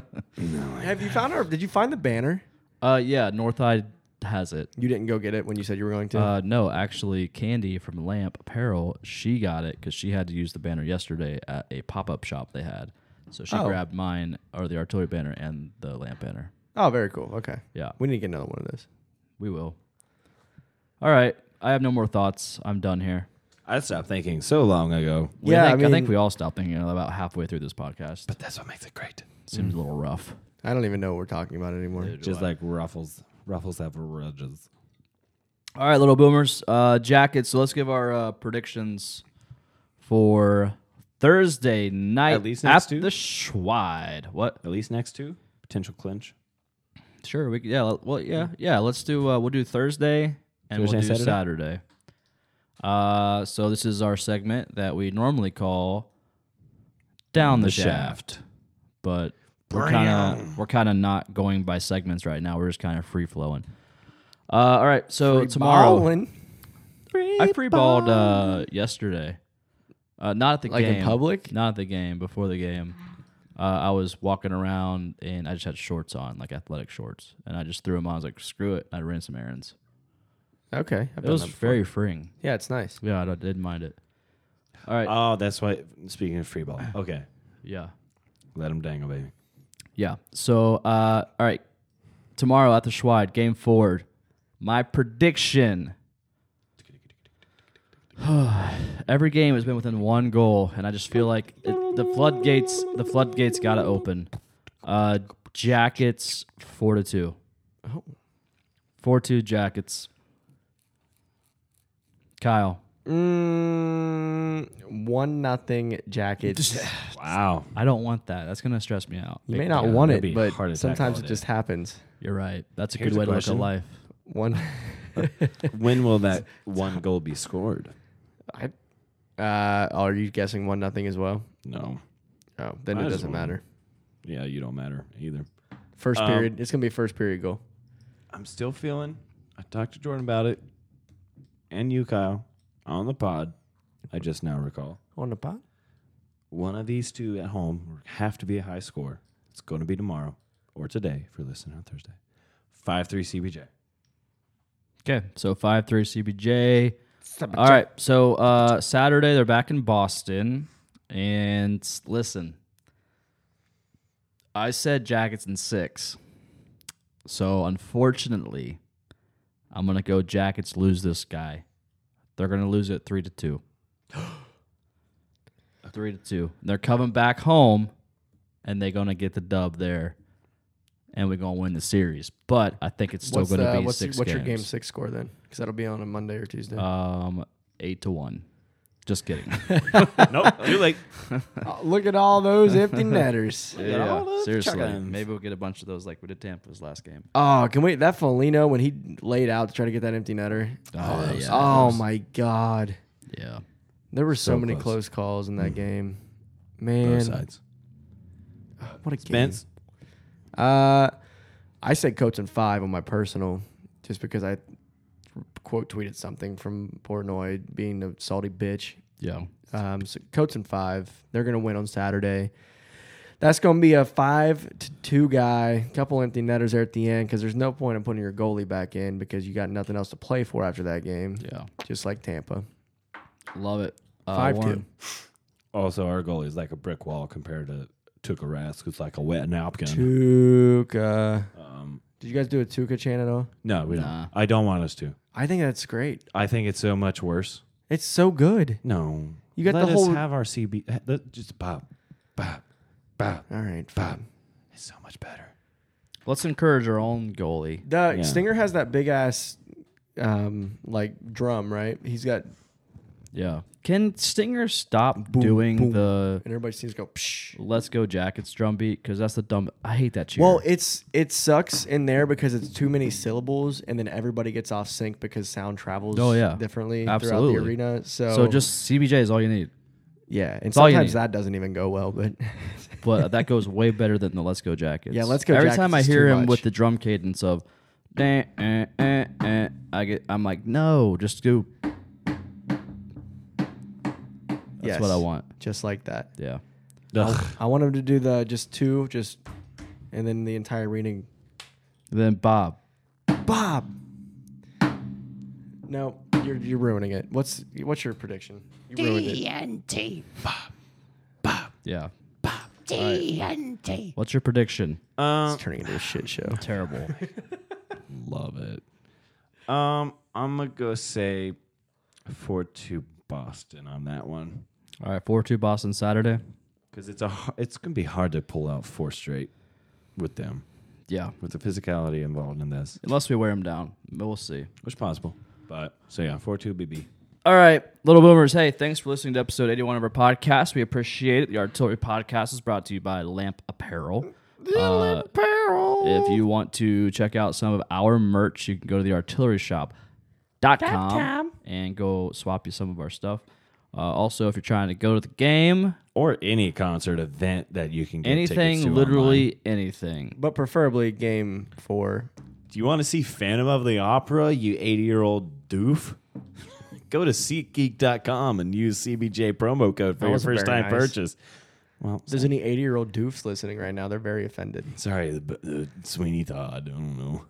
D: Have you found our? Did you find the banner?
B: Uh, yeah, Northside has it.
D: You didn't go get it when you said you were going to.
B: Uh, no, actually, Candy from Lamp Apparel, she got it because she had to use the banner yesterday at a pop up shop they had. So she
D: Oh.
B: grabbed mine, or the artillery banner and the lamp banner.
D: oh, very cool. Okay.
B: Yeah,
D: We need to get another one of those.
B: we will. All right, I have no more thoughts. I'm done here.
C: I stopped thinking so long ago.
B: We-
D: Yeah,
B: I
D: I
B: think, think
D: mean-
B: we all stopped thinking about halfway through this podcast.
C: That's what makes it great.
B: Seems a little rough.
D: I don't even know what we're talking about anymore.
C: Just like ruffles. Ruffles have ridges.
B: All right, little boomers, uh, jackets. So let's give our uh, predictions for Thursday night
C: At least next
B: at
C: two?
B: the Schwide. What?
C: At least next two potential clinch.
B: Sure. We c- yeah. let- Well yeah yeah. Let's do. Uh, we'll do Thursday and
C: Thursday
B: we'll
C: and
B: do Saturday. Uh, so this is our segment that we normally call down the, shaft, but we're kind of we're kind of not going by segments right now. We're just kind of free flowing. Uh, all right. So tomorrow
D: Ballin'.
B: I free balled uh, yesterday. Uh, not at the
D: Like
B: game.
D: in public?
B: Not at the game. Before the game, uh, I was walking around and I just had shorts on, like athletic shorts, and I just threw them on. I was like, "Screw it!" I ran some errands.
D: Okay. I've
B: It was
D: done that.
B: very freeing.
D: Yeah, it's nice.
B: Yeah, I d- didn't mind it. All
D: Uh,
B: right.
C: Oh, that's why. Speaking of <sighs> free ball, okay,
B: yeah.
C: let him dangle, <laughs> baby.
B: Yeah. So, uh, all right. Tomorrow at the Schwide, game forward. My prediction. <sighs> Every game has been within one goal, and I just feel like it, the floodgates. The floodgates got to open. Uh, jackets four to two. Four two jackets. Kyle,
D: Mm, one nothing jackets.
C: Wow,
B: I don't want that. That's gonna stress me out.
D: You may not
C: yeah,
D: want
C: that'd
D: it,
C: be heart
D: but
C: attack
D: sometimes
C: all
D: it
C: day.
D: just happens.
B: You're right. That's a
C: Here's
B: good
C: a
B: way to look at
C: question.
B: life.
D: One. <laughs>
C: when will <laughs> that one goal be scored?
D: I, uh, are you guessing one nothing as well?
C: No,
D: Oh, then
C: Might
D: it
C: as
D: doesn't
C: well.
D: matter.
C: yeah, you don't matter either.
D: First
C: Um,
D: period. It's gonna be a first period goal.
C: I'm still feeling. I talked to Jordan about it, and you, Kyle, on the pod. I just now recall
D: On the pot.
C: one of these two at home have to be a high score. It's going to be tomorrow or today for listening on Thursday. Five three CBJ.
B: Okay, so five three CBJ. All right, so uh, Saturday they're back in Boston, and s- listen, I said Jackets in six, so unfortunately, I'm gonna go Jackets lose this guy. They're gonna lose it three to
D: <gasps>
B: two. three to two. They're coming back home, and they're gonna get the dub there, and we're gonna win the series. But I think it's still
D: what's
B: gonna
D: the-
B: be
D: what's,
B: six.
D: what's your game
B: games.
D: six score then? Because that'll be on a Monday or Tuesday.
B: Um, eight to one. Just <laughs> kidding.
C: <laughs> nope, too late.
D: <laughs> Oh, look at all those empty netters.
C: all the
B: seriously.
C: chickens.
B: Maybe we'll get a bunch of those like we did Tampa's last game.
D: Oh, can we? That Foligno when he laid out to try to get that empty netter.
B: Oh,
D: Oh,
B: that
D: that
B: was-
D: was- oh my god,
B: Yeah,
D: there were so,
C: So
D: many
C: close. Mm.
D: close calls in that game.
C: Both
D: Man,
C: sides.
D: what a
C: Spence.
D: game. Uh, I said Coates in five on my personal, just because I quote tweeted something from Portnoy being a salty bitch.
B: yeah.
D: Um, so Coates in five. They're gonna win on Saturday. That's gonna be a five to two guy. Couple empty netters there at the end because there's no point in putting your goalie back in because you got nothing else to play for after that game.
B: Yeah.
D: Just like Tampa.
B: Love it. Uh,
D: Five two.
B: Warren,
C: Also, our goal is like a brick wall compared to Tuukka Rask, who's like a wet napkin.
D: Tuka.
C: Um,
D: Did you guys do a Tuca chant at all?
C: No, we
B: Nah.
C: don't. I don't want us to.
D: I think that's great.
C: I think it's so much worse.
D: It's so good.
C: No,
D: You got
C: Let
D: the whole-
C: Us have our CB. eh, let- Just Bob, Bob, Bob,
D: All right,
C: Bob. It's so much better.
B: Let's encourage our own goalie.
D: The
C: Yeah.
D: Stinger has that big ass, um, like drum, right? He's got,
B: Yeah. Can Stinger stop doing
D: boom.
B: the
D: and everybody seems to go. Psh.
B: "Let's Go Jackets" drum beat? Because that's the dumb. I hate that cheer.
D: Well, it's it sucks in there because it's too many syllables, and then everybody gets off sync because sound travels.
B: Oh, yeah.
D: differently
B: Absolutely.
D: throughout the arena. So
B: so just CBJ is all you need.
D: yeah, and
B: all you
D: sometimes
B: need.
D: that doesn't even go well, but <laughs>
B: but that goes way better than the Let's Go Jackets.
D: Yeah, Let's Go
B: Every
D: Jackets
B: time I
D: is
B: hear
D: too
B: him
D: much.
B: with the drum cadence of, "Dun, eh, eh, eh," I get, I'm like, no, just do. That's
D: Yes.
B: what I want.
D: just like that.
B: Yeah,
C: Ugh.
D: I want him to do the just two, just, and then the entire arena.
B: then Bob,
D: Bob. No, you're you're ruining it. What's what's your prediction? You ruined it.
A: TNT.
B: yeah.
A: TNT.
B: What's your prediction?
C: Um,
D: It's turning into a shit show.
B: Terrible.
C: <laughs> love it. Um, I'm gonna go say four to Boston on that one
B: All right, four two Boston Saturday.
C: because it's a har- it's gonna be hard to pull out four straight with them
B: Yeah,
C: with the physicality involved in this,
B: unless we wear him down, but we'll see.
C: which is possible. But so yeah, four two BB.
B: All right, Little Boomers. Hey, thanks for listening to episode 81 of our podcast. We appreciate it. The Artillery Podcast is brought to you by Lamp Apparel. Lamp Apparel. If you want to check out some of our merch, you can go to the artillery shop. Dot com and go swap you some of our stuff. Uh, also, if you're trying to go to the game,
C: Or any concert event that you can get tickets to
B: anything,
C: online.
B: literally anything.
D: but preferably game four.
C: Do you want to see Phantom of the Opera, you 80 year old doof? <laughs> Go to SeatGeek.com and use CBJ promo code for your
D: wasn't
C: first
D: very
C: time
D: nice.
C: purchase. Well,
D: If there's any 80 year old doofs listening right now, they're very offended.
C: sorry, but, uh, Sweeney Todd. I don't know.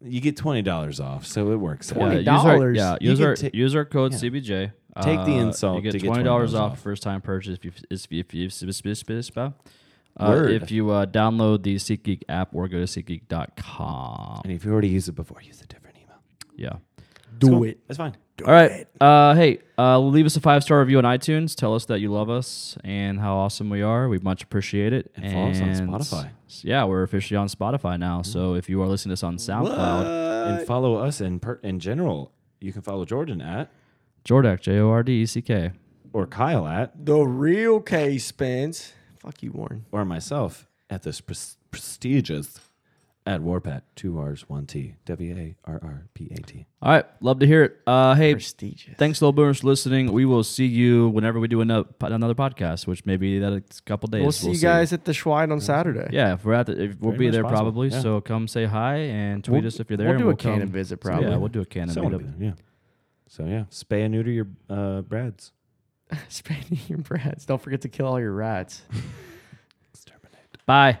C: You get $20 off, so it works out.
B: Yeah,
D: $20?
B: use our, yeah,
C: You
B: use
C: can
B: our,
C: ta-
B: use our code CBJ.
C: Take the insult
B: Uh, You get
C: to get
B: twenty dollars
C: $20
B: off,
C: off.
B: first time purchase if you if you, if you, if you, if you, uh,
C: Word.
B: if you uh, download the SeatGeek app or go to SeatGeek.com.
C: And if you already used it before, use a different email.
B: Yeah.
D: Do it.
C: That's fine.
B: All right. Uh, hey, uh, leave us a five star review on iTunes. Tell us that you love us and how awesome we are. We much appreciate it.
C: And follow us on
B: And
C: Spotify.
B: s- Yeah, we're officially on Spotify now. So if you are listening to us on SoundCloud,
C: and follow us in, per- in general. You can follow Jordan at
B: Jordak, J O R D E C K.
C: or Kyle at
D: The real K Spence. Fuck you, Warren.
C: or myself at this pres- prestigious at Warpat, two R's, one T, W A R R P A T.
B: All right. Love to hear it. Uh, hey,
D: Prestigious.
B: Thanks, little boomers, for listening. We will see you whenever we do another, another podcast, which maybe that it's a couple days.
D: We'll see you guys at the Schwein on Saturday.
B: Yeah, if we're at the, if we'll
C: Very
B: be
C: much
B: there
C: possible,
B: probably.
C: yeah.
B: So come say hi and tweet us if you're there.
D: we'll
B: and
D: do a
B: come.
D: can and visit probably.
B: Yeah,
D: <laughs>
B: we'll do a can and
C: So I wanna
B: meet
C: be
B: up.
C: there, yeah. So yeah, spay and neuter your uh, brads.
D: Spanning your brats. Don't forget to kill all your rats.
C: Exterminate.
B: Bye.